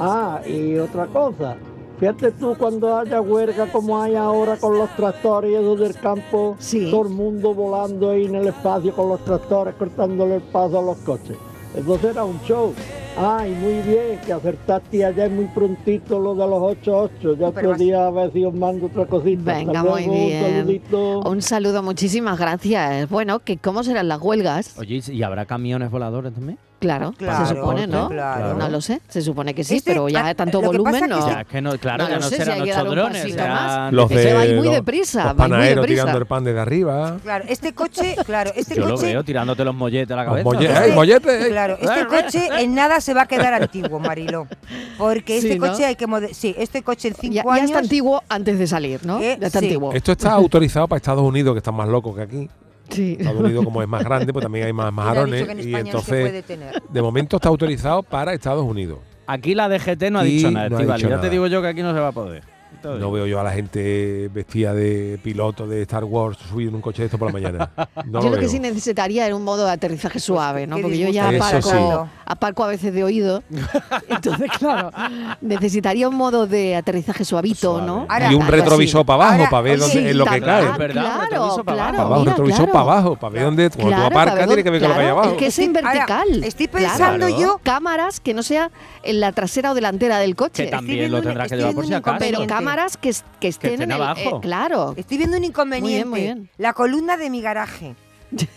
Ah, y otra cosa. Fíjate tú cuando haya huelga como hay ahora con los tractores y eso del campo, Sí. todo el mundo volando ahí en el espacio con los tractores cortándole el paso a los coches. Entonces era un show. Ay, muy bien, que acertaste allá muy prontito lo de los 88. Pero Ya otro vas- día a ver si os mando otra cosita. Hasta Venga, muy luego, un bien. saludito. Un saludo, muchísimas gracias. Bueno, que cómo serán las huelgas. Oye, ¿y- ¿y habrá camiones voladores también? Claro, Claro, se supone, ¿no? claro. No lo sé, se supone que sí, Este- pero ya ah, tanto lo que pasa volumen que no. Sí. Ya, es que no, claro, No ya lo no sé, si serán hay que ocho dar un drones, pasito serán Pues más. Los de Se va a ir muy los- deprisa, los va a ir muy panaderos deprisa. tirando el pan desde arriba. Claro, este coche, claro, este Yo lo coche. veo tirándote los molletes a la cabeza. Los molle- Este- ¡Ey, mollete! ey! Claro, este coche en nada se va a quedar antiguo, Mariló. Porque este Sí, ¿no? coche hay que mode- sí, este coche en cinco Ya, ya años. está antiguo antes de salir, ¿no? Eh, Ya está sí. antiguo. Esto está autorizado para Estados Unidos, que están más locos que aquí. Sí. Estados Unidos, como es más grande, pues también hay más Ya ha dicho majarones. que en Y España no se puede entonces, tener. de momento está autorizado para Estados Unidos. Aquí la DGT no ha Aquí dicho nada, no ha Estivali. dicho Ya te nada. digo yo que aquí no se va a poder. Entonces, No veo yo a la gente vestida de piloto de Star Wars subir en un coche de esto por la mañana. No yo lo lo que veo. sí necesitaría era un modo de aterrizaje suave, ¿no? Pues, qué Porque yo ya disgusto. aparco, Eso sí. aparco a veces de oído. Entonces, claro, necesitaría un modo de aterrizaje suavito, Suave. ¿no? Ahora- y un Algo así. retrovisor para abajo, Ahora, para ver oye, dónde, Sí, en lo que también, cae. es verdad, claro, retrovisor para claro, abajo. Para abajo, mira, retrovisor claro. para abajo, para ver dónde. Cuando Claro, tú aparcas, para tiene que ver con lo que hay claro, abajo. Que sea en Estoy- ahora, vertical. estoy Claro. pensando Claro. yo Cámaras que no sea en la trasera o delantera del coche. Que también viendo lo un- tendrás que estoy llevar por si viendo un acaso. Pero inconveniente. cámaras que, es- que estén estén en el- abajo. eh, claro. Estoy viendo un inconveniente. Muy bien, muy bien. La columna de mi garaje.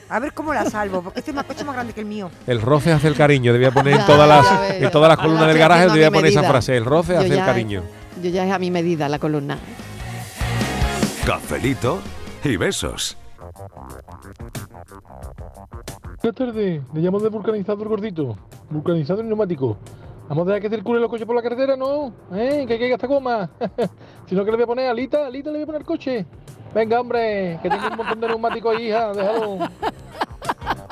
A ver cómo la salvo, porque este es más- coche más grande que el mío. El roce hace el cariño. Debía poner en Ya, ya todas las, ves. en todas las columnas Ahora del estoy garaje. haciendo a Debía mi poner esa medida. frase. El roce Yo hace el ya- cariño. Yo ya es a mi medida la columna. Cafelito y besos. Buenas tardes, le llamo de vulcanizador gordito, vulcanizador neumático. Vamos a dejar que circulen los coches por la carretera, ¿no? ¿Eh? Que hay que gastar goma. si no, que le voy a poner alita, alita le voy a poner el coche. Venga, hombre, que tengo un montón de neumáticos ahí, hija, déjalo.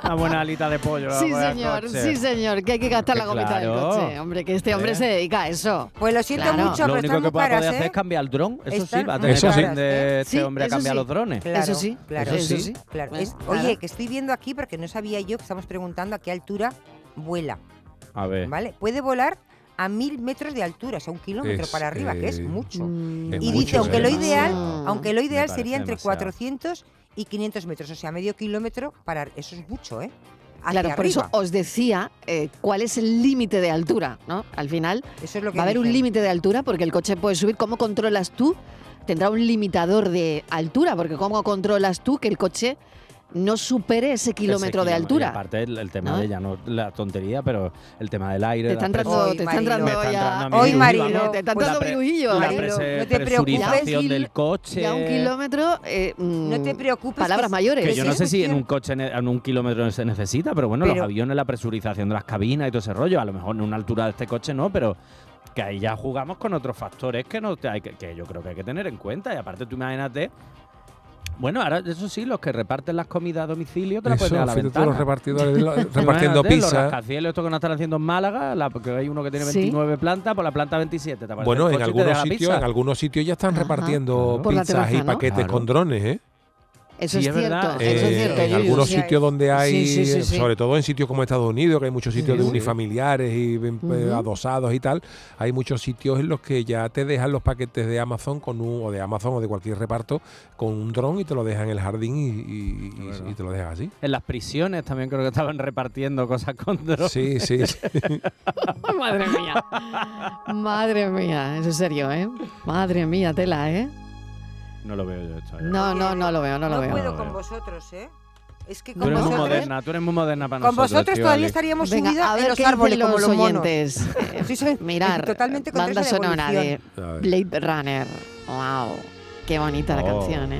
Una buena alita de pollo. Sí, señor, sí, señor, que hay que gastar la gomita del Claro. coche. Hombre, que este hombre se dedica a eso. Pues lo siento Claro. mucho, Lo pero único están que muy va a poder caras, hacer ¿eh? es cambiar el dron. Eso sí, Están va a tener Eso que sí. aprender este Sí, hombre a eso cambiar sí. los drones. Claro, Eso sí, claro. eso sí. Claro. Bueno, Es- claro. oye, que estoy viendo aquí porque no sabía yo que estamos preguntando a qué altura vuela, A ver. ¿vale? Puede volar a mil metros de altura, o sea, un kilómetro Es, para arriba, que es eh, mucho. y es mucho, dice, aunque lo ideal, demasiado. aunque lo Me ideal parece sería entre demasiado. 400 y 500 metros, o sea, medio kilómetro para eso es mucho, ¿eh? Hacia Claro, por arriba. eso os decía eh, cuál es el límite de altura, ¿no? Al final Eso es lo que va a haber un dicen. límite de altura porque el coche puede subir. ¿Cómo controlas tú? Tendrá un limitador de altura, porque ¿cómo controlas tú que el coche no supere ese kilómetro de Ese kilómetro. Y altura? aparte, el, el tema ¿No? de ya no la tontería, pero el tema del Te aire. la está presión. entrando, te está Hoy, entrando Marilo. Me está ya. entrando a mí Hoy, un Marilo, virujillo, Te está pues, entrando la pre- virujillo, La Marilo. prese- No te preocupes. presurización Ya un del coche. Ya un kilómetro. eh, mm, No te preocupes. Palabras que- mayores. Que yo Pero no sí, sé si en cuestión- un coche, ne- en un kilómetro se necesita, pero bueno, los Pero- aviones, la presurización de las cabinas y todo ese rollo, a lo mejor en una altura de este coche no, pero que ahí ya jugamos con otros factores que, no te hay que, que yo creo que hay que tener en cuenta. Y aparte tú imagínate, bueno, ahora eso sí, los que reparten las comidas a domicilio te las Eso, pueden dejar a la fíjate todos ventana. los repartidores lo- Tú imagínate, repartiendo Los pizza. ¿eh? rascacielos, esto que nos están haciendo en Málaga, la- que hay uno que tiene Sí. 29 plantas, por la planta 27. te aparece Bueno, el en coche y te deja algunos la sitios, pizza. en algunos sitios ya están Ajá. repartiendo Por la pizzas terraza, y ¿no? paquetes Claro. con drones, ¿eh? Eso Sí, es es cierto. verdad. Eso es Eh, cierto. en Yuyu. algunos sí. sitios donde hay, sí, sí, sí. sobre todo en sitios como Estados Unidos, que hay muchos sitios de Sí. unifamiliares y eh, adosados y tal, hay muchos sitios en los que ya te dejan los paquetes de Amazon con un, o de Amazon o de cualquier reparto con un dron y te lo dejan en el jardín y, y- y- y te lo dejan así. En las prisiones también creo que estaban repartiendo cosas con drones. Sí, sí, sí. Madre mía. Madre mía. Eso es serio, ¿eh? Madre mía, tela, ¿eh? No lo veo yo esto. ¿eh? No, no, no lo veo, no No, lo veo. puedo no con veo. vosotros, ¿eh? Es que Tú con eres vosotros- muy vosotros, moderna, tú eres muy moderna para con nosotros. vosotros todavía Estivali. estaríamos Venga, subidos a en ver los qué dicen árboles como los los monos. oyentes. Eh, Sí, soy Mirar, totalmente contraria banda a la sonora de evolución. A ver. Blade Runner. Wow, qué bonita la Oh. canción, ¿eh?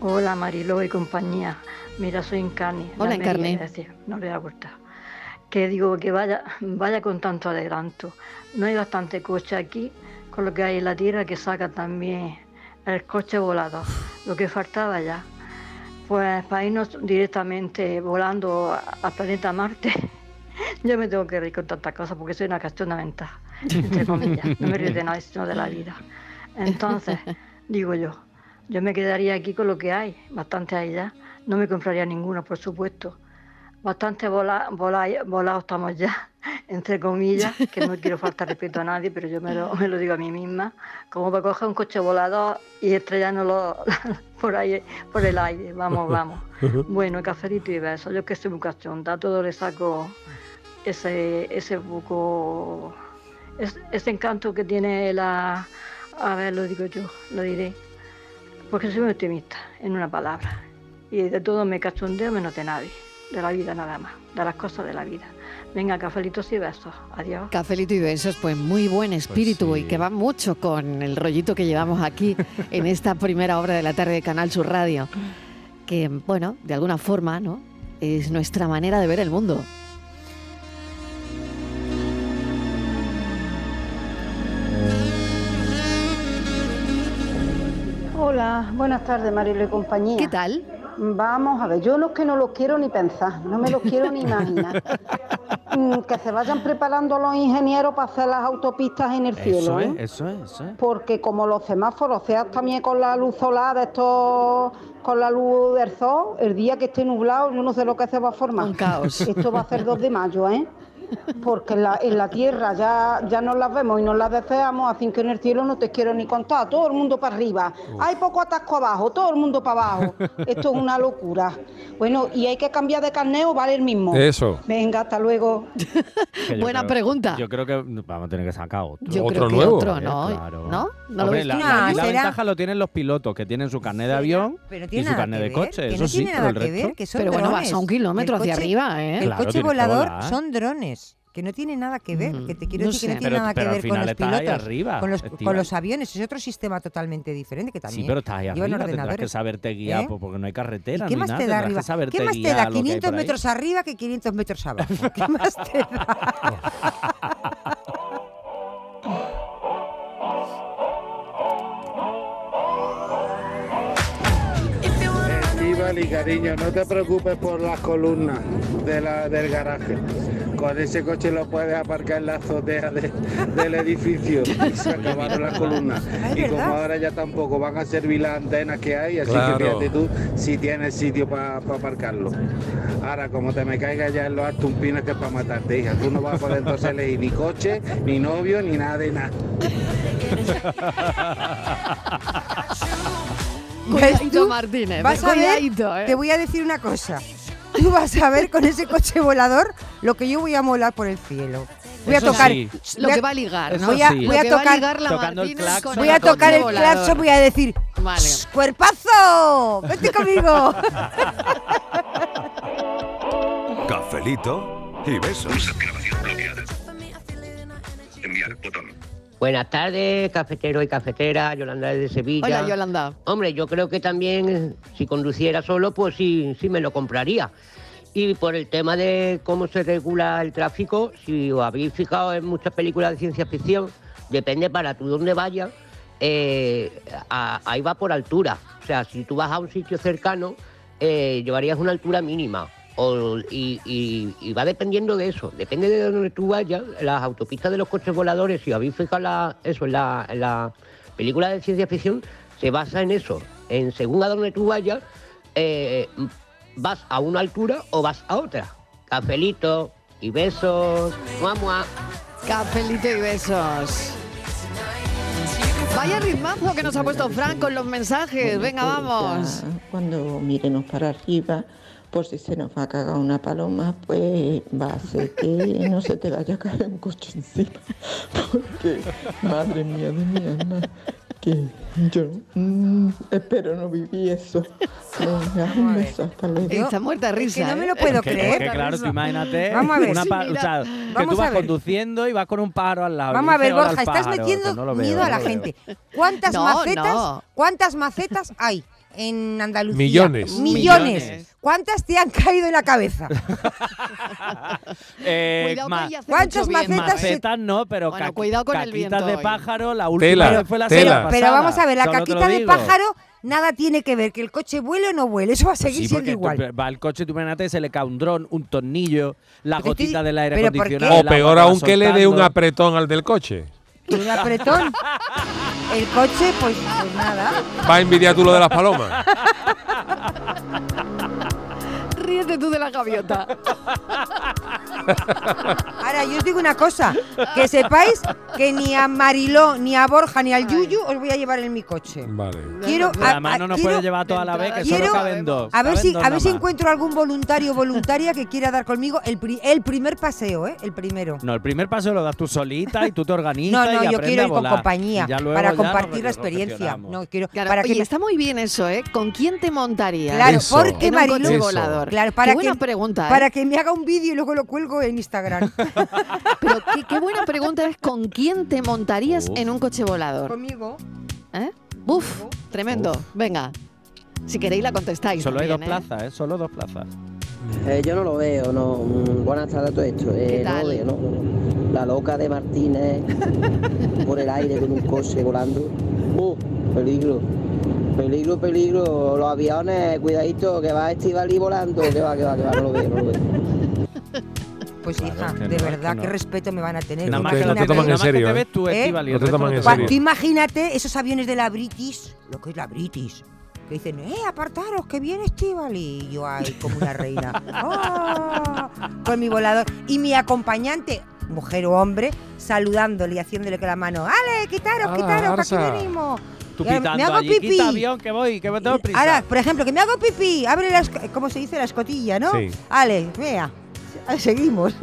Hola Mariló y compañía. Mira, soy Encarni. Hola, Encarni. No le da vuelta. Que digo que vaya, vaya con tanto adelanto. No hay bastante coche aquí con lo que hay en la tierra que saca también el coche volado. Lo que faltaba ya. Pues para irnos directamente volando a- al planeta Marte. Yo me tengo que reír con tantas cosas porque soy una cachona mental, entre comillas. No me río de nada, sino de la vida. Entonces, digo yo, yo me quedaría aquí con lo que hay, bastante hay ya. No me compraría ninguno, por supuesto. Bastante vola- vola- volados estamos ya, entre comillas, que no quiero faltar respeto a nadie, pero yo me lo, me lo digo a mí misma. Como para coger un coche volado y estrellándolo por ahí, por el aire. Vamos, vamos. Bueno, cafelito y besos. Yo es que soy muy cachonda, a todo le saco ese, ese poco, es- ese encanto que tiene la, a ver, lo digo yo, lo diré, porque soy muy optimista, en una palabra, y de todo me cachondeo menos de nadie, de la vida nada más, de las cosas de la vida. Venga, cafelitos y besos, adiós. Cafelito y besos, pues muy buen espíritu y que va mucho con el rollito que llevamos aquí en esta primera hora de la tarde de Canal Sur Radio. Que, bueno, de alguna forma, ¿no? Es nuestra manera de ver el mundo. Hola, buenas tardes Marilo y compañía. ¿Qué tal? Vamos a ver, yo no es que no lo quiero ni pensar, no me lo quiero ni imaginar. Mm, que se vayan preparando los ingenieros para hacer las autopistas en el Eso cielo, es, ¿eh? eso es, eso es. Porque como los semáforos sean también con la luz solar de estos, con la luz del sol, el día que esté nublado, yo no sé lo que se va a formar. Un caos. Esto va a ser 2 de mayo, ¿eh? porque en la, en la tierra ya, ya no las vemos y no las deseamos, así que en el cielo no te quiero ni contar, todo el mundo para arriba, hay poco atasco abajo, todo el mundo para abajo, esto es una locura. Bueno, y hay que cambiar de carneo, vale el mismo. Eso. Venga, hasta luego. Que yo Buena creo- pregunta. Yo creo que vamos a tener que sacar otro. Yo creo que otro, ¿no? Claro. ¿No? ¿No lo Hombre, ves la, tú? la- Ah, la será- ventaja lo tienen los pilotos, que tienen su carnet de avión Pero y tiene su nada carnet que de ver, coche. que Eso no sí, tiene pero nada el que resto. ver, que son Pero bueno, drones. vas a un kilómetro hacia arriba, ¿eh? El Claro, coche tienes que volador volar. son drones, que no tienen nada que ver, que te quiero no decir que no sé. tiene Pero- nada pero que al ver con final los estás ahí pilotos. arriba, con, los, con Estíbaliz. los aviones es otro sistema totalmente diferente que también Sí, pero estás ahí llevan arriba, tendrás que ordenadores. saberte guiar, ¿Eh? pues, porque no hay ¿Y carretera qué ni más nada, te da tendrás que arriba? saberte ¿Qué más te guiar da a lo que hay 500 por ahí. metros arriba que 500 metros abajo? ¿Qué más te da? Estivali, cariño, no te preocupes por las columnas de la- del garaje. Con ese coche lo puedes aparcar en la azotea de- del edificio. Y se acabaron las columnas. Y como ahora ya tampoco van a servir las antenas que hay, así Claro. que fíjate tú si tienes sitio para aparcarlo. Ahora, como te me caigas ya en los artumpinos que es para matarte, hija. Tú no vas a poder entonces elegir ni coche, ni novio, ni nada de nada. Cuidadito, tú? Martínez, Vas a ver, cuidadito, ¿eh? te voy a decir una cosa. Tú vas a ver con ese coche volador lo que yo voy a molar por el cielo. Voy a Eso tocar sí. voy Lo que va a ligar, ¿no? Voy a, Eso sí. voy Lo a que va a tocar, ligar la Tocando el Martínez claxon. con voy el a tocar el coche volador. claxon, voy a decir, Vale. "Shh, cuerpazo, vete conmigo. Cafelito y besos. Buenas tardes, cafetero y cafetera, Yolanda desde Sevilla. Hola, Yolanda. Hombre, yo creo que también eh, si conduciera solo, pues sí, sí me lo compraría. Y por el tema de cómo se regula el tráfico, si os habéis fijado en muchas películas de ciencia ficción, depende para tú dónde vayas, eh, a- ahí va por altura. O sea, si tú vas a un sitio cercano, eh, llevarías una altura mínima. O- y, y- y va dependiendo de eso. Depende de donde tú vayas, las autopistas de los coches voladores, si habéis fijado la- eso en la, en la película de ciencia ficción, se basa en eso. En según a donde tú vayas, eh, vas a una altura o vas a otra. Cafelito y besos. Mua, mua. Cafelito y besos. Vaya ritmazo que nos ha puesto Frank con los mensajes. Venga, vamos. Ya Cuando miremos para arriba, por si se nos va a cagar una paloma, pues va a ser que no se te vaya a caer un coche encima. Porque, madre mía de mi alma, que yo mm, espero no vivir eso. Venga, un beso, hasta luego. Está muerta de risa. no me lo ¿eh? puedo Es que- es que, claro, tú imagínate Vamos a ver. una pa- Sí, mira. o sea, que Vamos tú a vas ver. conduciendo y vas con un pájaro al lado. y Vamos a ver, dices, "Hola al Borja, estás pájaro", que metiendo no lo veo, miedo no a la lo veo. gente. ¿Cuántas No, macetas? no. ¿Cuántas macetas hay en Andalucía? Millones. Millones. Millones. ¿Cuántas te han caído en la cabeza? Eh, Cuidado que ma- ella hace ¿Cuántas mucho bien, macetas se- Macetas no, pero Bueno, caqui- cuidado con el caquitas viento de hoy. pájaro, la última Tela, fue la tela. semana Pero pasada. vamos a ver, la Solo te lo caquita de digo. pájaro nada tiene que ver, que el coche vuele o no vuele, eso va a seguir Sí, siendo porque tú- igual. va el coche, tú imagínate, se le cae un dron, un tornillo, la Porque estoy- gotita del aire ¿pero por qué? acondicionado. O el agua peor va aún que le dé un soltando. apretón al del coche. Un apretón. El coche, pues, pues nada. Va a envidiar tú lo de las palomas. Ríete tú de la gaviota. Ahora, yo os digo una cosa, que sepáis que ni a Mariló, ni a Borja, ni al Yuyu os voy a llevar en mi coche. Vale. Quiero, Pero además no nos quiero- puede llevar toda la vez, que solo quiero- caben dos. A ver caben si, dos a ver si nada más. encuentro algún voluntario o voluntaria que quiera dar conmigo el, pri- el primer paseo, ¿eh? El primero. No, el primer paso lo das tú solita y tú te No, organizas. no, y yo aprendes quiero a ir con volar. compañía Y ya luego para ya nos compartir la re- experiencia. reflexionamos. No quiero Claro, para que oye, me- está muy bien eso, ¿eh? ¿Con quién te montarías? Claro, porque en un Mariló, coche volador. Claro, qué para buena que, pregunta, ¿eh? Para que me haga un vídeo y luego lo cuelgo en Instagram. Pero qué, qué buena pregunta es ¿con quién te montarías Uf. en un coche volador? Conmigo. ¿Eh? Uf, tremendo. Venga. Si queréis la contestáis. Solo hay dos también, ¿eh? plazas, ¿eh? Solo dos plazas. Eh, yo no lo veo, no. Mm, Buenas tardes a todo esto. Eh, no lo veo, no. La loca de Martínez por el aire con un coche volando. Uh, peligro. Peligro, peligro. Los aviones, cuidadito, que va Estivali volando. Que va, que va, que va, no lo veo, no lo veo. Pues hija, que de no, verdad, que no. qué respeto me van a tener. Que no te- no te toman en Imagínate. serio, ¿eh? No te toman en Juan, serio. tú imagínate esos aviones de la British, lo que es la British, que dicen, ¡eh, apartaros, que viene Estivali! Y yo, ay, como una reina. ¡Oh! Con mi volador. Y mi acompañante, mujer o hombre, saludándole y haciéndole con la mano, ¡ale, quitaros, Ala, quitaros, que Ah, Arsa. aquí venimos! Tú Y ahora, pitando me hago allí, pipí. quita avión, que voy, que me tengo prisa. Ahora, por ejemplo, que me hago pipí, abre la, esco- ¿cómo se dice? La escotilla, ¿no? Sí. Ale, vea, seguimos.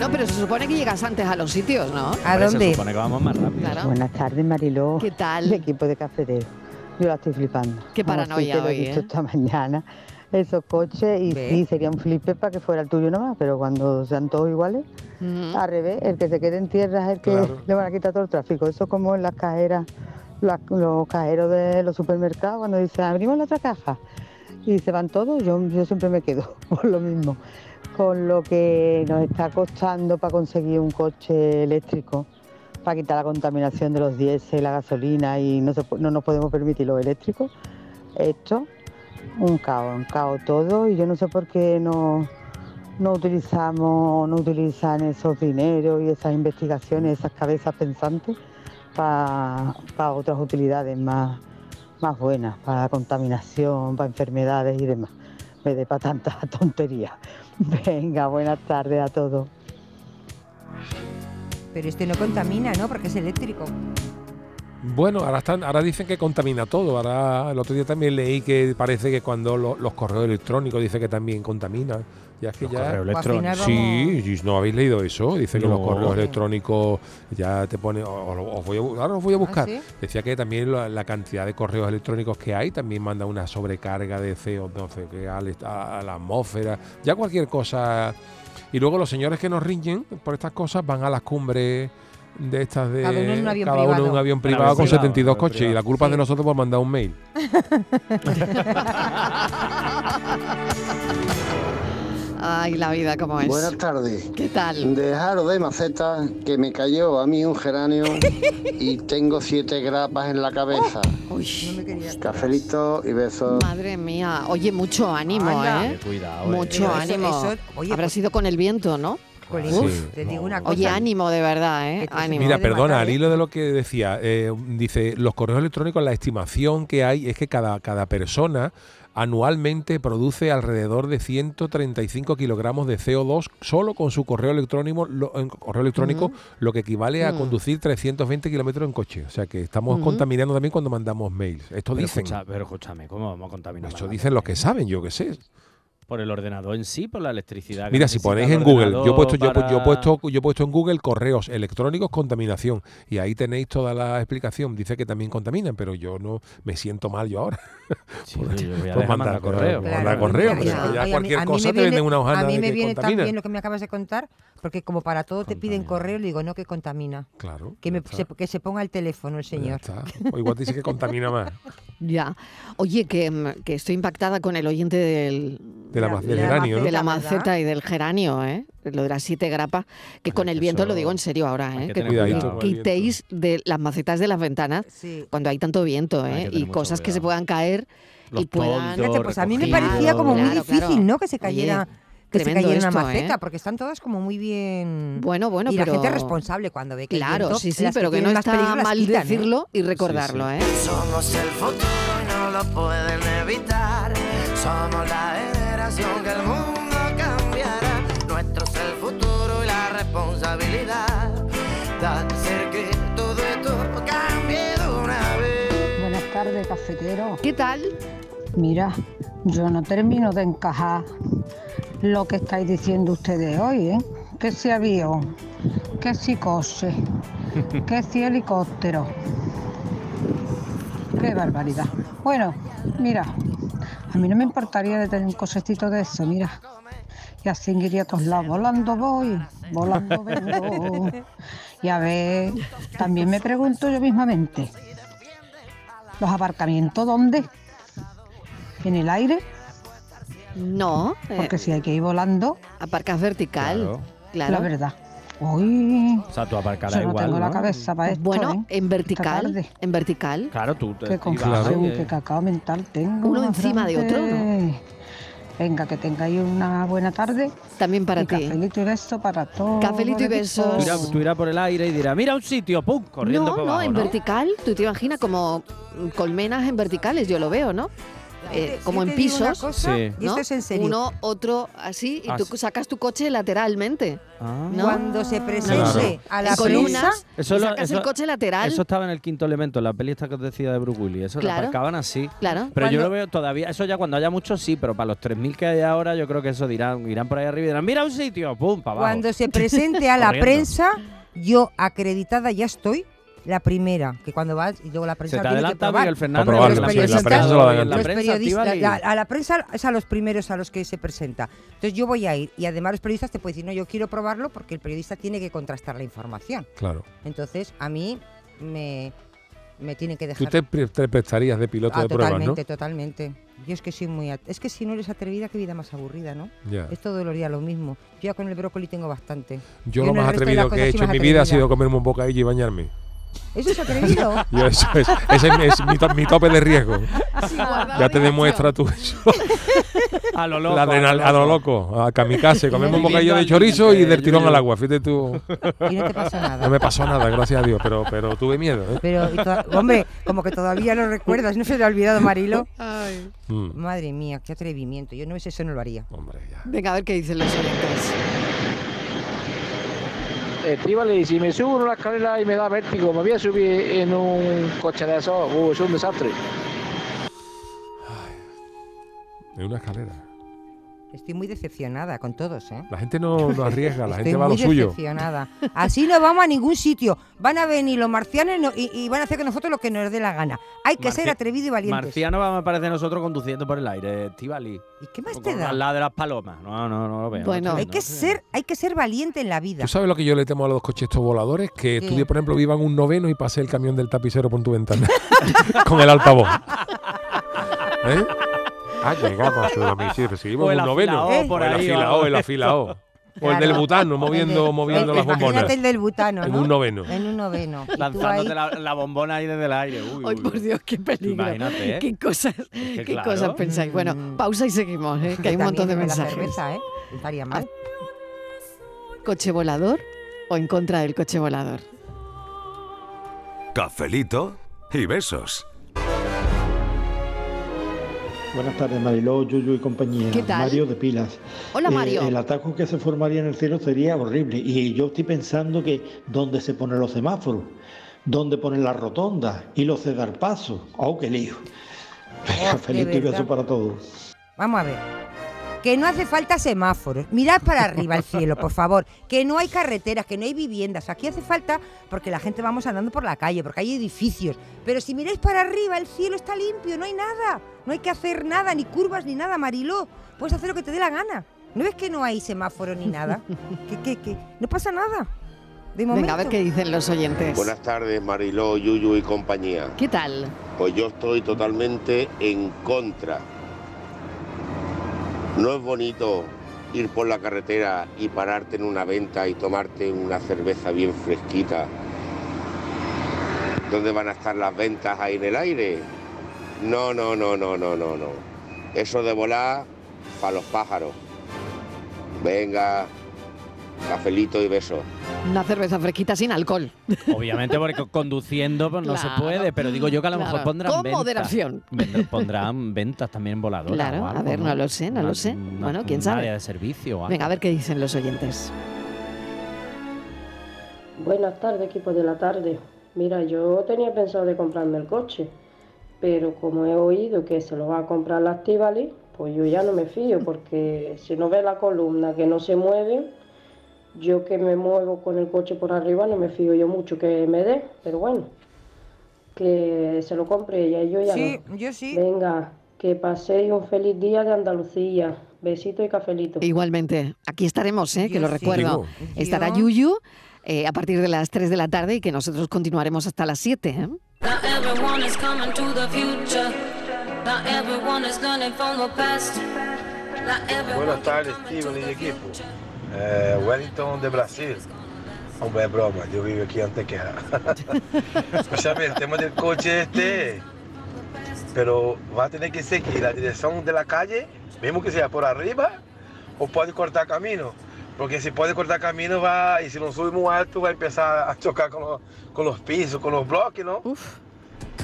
No, pero se supone que llegas antes a los sitios, ¿no? Hombre, Se supone que vamos más rápido. Buenas tardes, Mariló. ¿Qué tal? El equipo de cafetero. Yo la estoy flipando. Qué Vamos, paranoia sí, que lo he hoy, visto ¿eh? esta mañana. Esos coches, y sí, sería un flipe para que fuera el tuyo nomás, pero cuando sean todos iguales, al revés, el que se quede en tierra es el que le van a quitar todo el tráfico. Eso como en las cajeras, las- los cajeros de los supermercados, cuando dicen, abrimos la otra caja, y se van todos, yo, yo siempre me quedo por lo mismo. Con lo que nos está costando para conseguir un coche eléctrico para quitar la contaminación de los diésel, la gasolina y no, se po- no nos podemos permitir los eléctricos. Esto, un caos, un caos todo y yo no sé por qué no, no utilizamos, no utilizan esos dineros y esas investigaciones, esas cabezas pensantes para otras utilidades más, más buenas, para contaminación, para enfermedades y demás. Me dé para tantas tonterías. Venga, buenas tardes a todos. Pero este no contamina, ¿no? Porque es eléctrico. Bueno, ahora están, ahora dicen que contamina todo. Ahora el otro día también leí que parece que cuando lo- los correos electrónicos dice que también contamina. Ya es que Los ya. correos Pues al final electrónicos. Sí, y no habéis leído eso. Dice que los No. correos electrónicos ya te pone. o- o- Os voy a, bu- ahora Ah, os voy a buscar. ¿sí? Decía que también la, la cantidad de correos electrónicos que hay también manda una sobrecarga de CO, no sé, que al- a, a la atmósfera. Ya cualquier cosa. Y luego los señores que nos riñen por estas cosas van a las cumbres de estas de Cada uno en un avión cada uno en un privado. avión Un privado avión con privado, 72 un avión coches y la privado. culpa es de nosotros por mandar un mail. Ay, la vida como es. Buenas tardes. ¿Qué tal? Dejaros de macetas que me cayó a mí un geranio y tengo siete grapas en la cabeza. Cafelito y besos. Madre mía, oye, mucho ánimo, Anda. ¿eh? Eh, cuidado, eh. Mucho Pero eso- ánimo. eso- oye, Habrá sido con el viento, ¿no? Colegas, Sí. te digo una cosa. Oye, ánimo, de verdad, ¿eh? Ánimo. Mira, perdona, ¿eh? al hilo de lo que decía, eh, dice, los correos electrónicos, la estimación que hay es que cada, cada persona anualmente produce alrededor de 135 kilogramos de CO2 solo con su correo electrónico, lo, en correo electrónico lo que equivale a Mm. conducir 320 kilómetros en coche. O sea que estamos Ujú. contaminando también cuando mandamos mails. Esto Pero dicen, escucha- pero escúchame, ¿cómo vamos a contaminar? esto más? dicen los que saben, yo qué sé. Por el ordenador en sí, por la electricidad. que Mira, si necesita ponéis el en Google, yo he ordenador puesto, yo, he pu- yo he para- puesto, yo he puesto en Google correos electrónicos contaminación y ahí tenéis toda la explicación. Dice que también contaminan, pero yo no me siento mal yo ahora. por, yo voy a dejar por mandar mandar correo, correo. por Claro, mandar correo, claro. pero Ya. ya Oye, a mí- cualquier a mí cosa me te viene- venden una hojana A mí de me que viene tan contamina. bien lo que me acabas de contar, porque como para todo te piden correo, le digo, no, que contamina. Claro. Que, me- ya se, está. que se ponga el teléfono el señor. O igual dice que contamina más. Ya. Oye, que, mm, que estoy impactada con el oyente del, De la ma- del geranio, ¿no? de la maceta y del geranio, ¿eh? Lo de las siete grapas, que con el viento lo digo en serio ahora, ¿eh? que Que, tener Cuidadito cuidado. con el quitéis de las macetas de las ventanas cuando hay tanto viento, ¿eh? Y cosas que se puedan caer Los y puedan. toldos, Fíjate, Pues a mí me parecía como muy Claro, difícil, claro. ¿no? Que se cayera, Oye, que se tremendo cayera una esto, ¿eh? maceta, porque están todas como muy bien. Bueno, bueno, y la pero- gente es responsable cuando ve que. el Claro, viento, sí, sí, las pero que no tienen más está peligro las mal quitan, ¿eh? decirlo y recordarlo, ¿eh? Somos el futuro y no lo pueden evitar. Somos la generación que el mundo cambiará. Nuestro es el futuro y la responsabilidad de hacer que todo esto cambie de una vez. Buenas tardes, cafetero. ¿Qué tal? Mira, yo no termino de encajar lo que estáis diciendo ustedes hoy, ¿eh? Que si avión, que si coche, que si helicóptero. Qué barbaridad. Bueno, mira, a mí no me importaría de tener un cosecito de eso, mira. Y así iría a todos lados, volando voy, volando vengo. Y a ver, también me pregunto yo mismamente, ¿los aparcamientos dónde? ¿En el aire? No. eh, Porque si hay que ir volando. Aparcas vertical. Claro. Claro. La verdad. Uy. O sea, tú aparcarás Yo no igual. tengo la ¿no? cabeza para esto. Bueno, ¿eh? en vertical. tarde. En vertical. Claro, tú te Qué ibas, confusión, eh, qué cacao mental tengo. Uno encima de otro, ¿no? Fran, que- Venga, que tengáis una buena tarde. También para ti. Cafelito y beso para todos. Cafelito y besos. Tú irás, tú irás por el aire y dirás, mira un sitio, ¡pum! Corriendo No, por no, abajo, en ¿no? vertical, tú te imaginas como colmenas en verticales, yo lo veo, ¿no? Eh, como yo en te digo una pisos, cosa, Sí. y esto ¿no? es en serio. Uno, otro, así, y Ah, tú sí. sacas tu coche lateralmente. Ah. ¿no? Cuando se presente Claro. a la En columnas, prensa, y lo- sacas el coche lateral. Eso estaba en el quinto elemento, la peli esta que os decía de Bruce Willis. Eso Claro. lo aparcaban así. Claro. Pero yo Cuando- lo veo todavía, eso ya cuando haya muchos sí, pero para los 3.000 que hay ahora, yo creo que eso dirán, irán por ahí arriba y dirán, mira un sitio, pum, para abajo. cuando se presente a la Corriendo. prensa, yo acreditada ya estoy. La primera, que cuando vas y luego la prensa te lo tiene que adelanta probar. Miguel Fernández, Pero los la prensa, periodistas- la prensa se lo adelanta. los La prensa, periodistas- Estíbaliz. la- a la prensa es a los primeros a los que se presenta. Entonces yo voy a ir y además los periodistas te pueden decir, no, yo quiero probarlo porque el periodista tiene que contrastar la información. Claro. Entonces a mí me, me tienen que Tú dejar. te, pre- te prestarías de piloto Ah, de pruebas, totalmente, ¿no? totalmente. Yo es que soy muy... at- Es que si no eres atrevida, qué vida más aburrida, ¿no? Ya. Es todos los días lo mismo. Yo ya con el brócoli tengo bastante. Yo en lo el más resto de las atrevido que cosas he soy hecho en más mi vida ha atrevida. sido comerme un bocadillo y bañarme. ¿Eso es atrevido? Yo eso es, ese es, mi- es mi, to- mi tope de riesgo. Sí, guardado ya te demuestra tú eso. A lo loco. La adrenal- a lo loco, a kamikaze. Comemos un bocadillo de chorizo y del tirón al agua, fíjate tú. Y no te pasó nada. No me pasó nada, gracias a Dios, pero, pero tuve miedo. ¿eh? Pero, y toda- hombre, como que todavía lo recuerdas, no se te ha olvidado, Marilo. Mm. Madre mía, qué atrevimiento. Yo no es eso, no lo haría. Hombre, ya. Venga, a ver qué dicen los oyentes. Estíbaliz, Eh, si me subo en una escalera y me da vértigo, me voy a subir en un coche de esos. Uh, es un desastre. En una escalera. Estoy muy decepcionada con todos, ¿eh? La gente no, no arriesga, la Estoy gente va a lo muy suyo. decepcionada. Así no vamos a ningún sitio. Van a venir los marcianos no- y, y van a hacer con nosotros lo que nos dé la gana. Hay que ser Marci- atrevido y valiente. Marciano va- me aparece nosotros conduciendo por el aire, Estivali. ¿Y qué más te da? Al lado de las palomas. No, no, no lo veo. Bueno, no hay lo que veo. ser, hay que ser valiente en la vida. ¿Tú sabes lo que yo le temo a los coches estos voladores? Que ¿Qué? tú, por ejemplo, vivan un noveno y pasé el camión del tapicero por tu ventana con el altavoz. ¿Eh? Ah, llegamos a su domicilio. Si O iban el un noveno. Eh. afilao por o el ahí, afilao, o el algo. afilao. O el Claro. del butano, moviendo, El de- moviendo el- las bombonas. Imagínate el del butano, En ¿no? un noveno. En un noveno. Y tú ahí- Lanzándote la, la bombona ahí desde el aire. Uy, uy, Por uy. Dios, qué peligro. Imagínate, ¿eh? Qué cosas, Es que qué claro. Mm. cosas pensáis. Bueno, pausa y seguimos, ¿eh? que hay un También montón de con la mensajes. Ah. cerveza, ¿eh? Estaría mal. ¿Coche volador o en contra del coche volador? Cafelito y besos. Buenas tardes, Mariló, Yuyu y compañía. ¿Qué tal? Mario de Pilas. Eh, Hola, Mario. El atasco que se formaría en el cielo sería horrible. Y yo estoy pensando que dónde se ponen los semáforos, dónde ponen las rotondas y los cedarpasos. ¡Oh, qué lío! Venga, feliz de y verdad. beso para todos. Vamos a ver. Que no hace falta semáforos. Mirad para arriba al cielo, por favor. Que no hay carreteras, que no hay viviendas. Aquí hace falta porque la gente vamos andando por la calle, porque hay edificios. Pero si miráis para arriba, el cielo está limpio, no hay nada. No hay que hacer nada, ni curvas, ni nada, Mariló. Puedes hacer lo que te dé la gana. ¿No ves que no hay semáforo ni nada? que, que, que no pasa nada. De momento. Venga, a ver qué dicen los oyentes. Buenas tardes, Mariló, Yuyu y compañía. ¿Qué tal? Pues yo estoy totalmente en contra. No es bonito ir por la carretera y pararte en una venta y tomarte una cerveza bien fresquita. ¿Dónde van a estar las ventas ahí en el aire? No, no, no, no, no, no, no. Eso de volar para los pájaros. Venga, cafelito y besos. Una cerveza fresquita sin alcohol. Obviamente, porque conduciendo pues, no Claro. se puede, pero digo yo que a lo mejor Claro. pondrán Con ventas. moderación. Vendrán- Pondrán ventas también voladoras. Claro, o algo, a ver, no lo sé, no Una- lo sé. una- Bueno, quién un sabe. área de servicio. o algo. ¿eh? Venga, a ver qué dicen los oyentes. Buenas tardes, equipo de la tarde. Mira, yo tenía pensado de comprarme el coche, pero como he oído que se lo va a comprar la Estivali, pues yo ya no me fío, porque si no ve la columna que no se mueve, yo que me muevo con el coche por arriba, no me fío yo mucho que me dé, pero bueno, que se lo compre ella y yo ya Sí, no. yo sí. Venga, que paséis un feliz día de Andalucía. Besito y cafelito. E Igualmente, aquí estaremos, ¿eh? que Yo lo sí. recuerdo. Digo. Estará Yo. Yuyu eh, a partir de las 3 de la tarde y que nosotros continuaremos hasta las 7. ¿eh? Now everyone is coming to the future. Now everyone is learning from the past. Now everyone. Buenas tardes, Steven y equipo. Eh, Wellington de Brasil. Hombre, es broma, yo vivo aquí antes que nada. Escúchame, el tema del coche este, pero va a tener que seguir la dirección de la calle Mismo que sea por arriba o pode cortar camino. Porque si puede cortar camino va, y si no sube muy alto va a empezar a chocar con los, con los pisos, con los bloques, ¿no?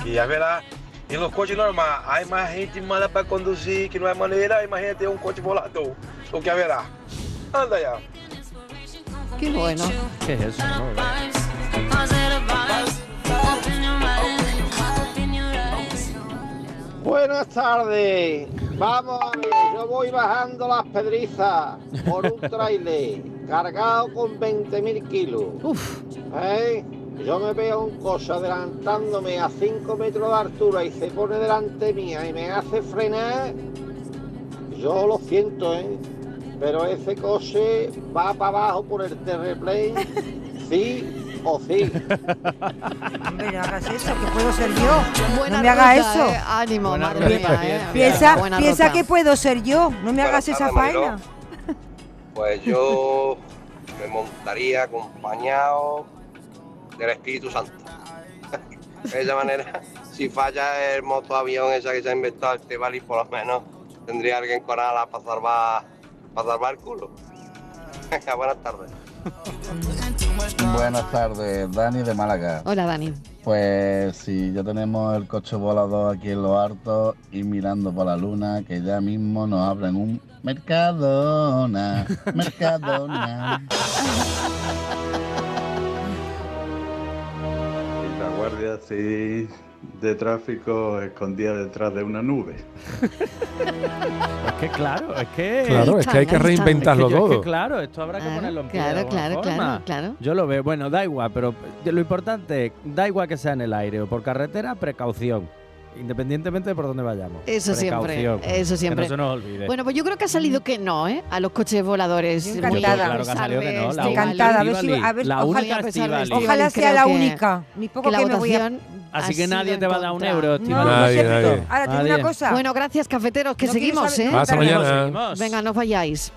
Y ya verá, en los coches normales hay más gente mala para conducir, que no hay manera, imagínate un coche volador, lo que haberá. Anda ya. Qué bueno. ¿Qué es eso? No, Buenas tardes. Vamos a ver, yo voy bajando las pedrizas por un trailer cargado con 20.000 kilos. ¿Eh? Yo me veo un coche adelantándome a 5 metros de altura y se pone delante mía y me hace frenar. Yo lo siento, ¿eh? Pero ese coche va para abajo por el terreplén, sí o sí. Hombre, no hagas eso, que puedo ser yo. Buena no me haga ruta, eso. eh. Ánimo, madre Piensa- mía, eh. Piensa, Buena piensa ruta. que puedo ser yo. No me hagas esa tardes, Mariló. faena. Pues yo me montaría acompañado del Espíritu Santo. De esa manera, si falla el motoavión esa que se ha inventado este Bali, por lo menos tendría alguien con alas para salvar, para salvar el culo. Venga, Buenas tardes. Buenas tardes, Dani de Málaga. Hola, Dani. Pues sí, ya tenemos el coche volador aquí en lo harto y mirando por la luna, que ya mismo nos abren un Mercadona, Mercadona. Y la guardia civil de tráfico escondida detrás de una nube. Es que claro, es que. Claro, es que hay que reinventarlo Es que yo- es que todo. claro, esto habrá que ponerlo en pie de claro, alguna claro, forma. claro, claro. Yo lo veo, bueno, da igual, pero lo importante es, da igual que sea en el aire o por carretera, precaución. Independientemente de por dónde vayamos. Eso siempre, Precaución, eso siempre. Que no se nos olvide. Bueno, pues yo creo que ha Mm. salido que no, ¿eh? A los coches voladores. Yo encantada. Claro que ha salido que no, la única Encantada, a ver si- a ver- ojalá- La única a pesar de Estivali. esto, Ojalá sea creo la que- única. Ni poco que la que me voy a- votación Así ha que nadie sido te va a dar un contra. euro, Estivali. Nadie, nadie. Nadie. Bueno, gracias, cafeteros, que No quiero seguimos, saber- ¿eh? Hasta mañana. Venga, no os vayáis.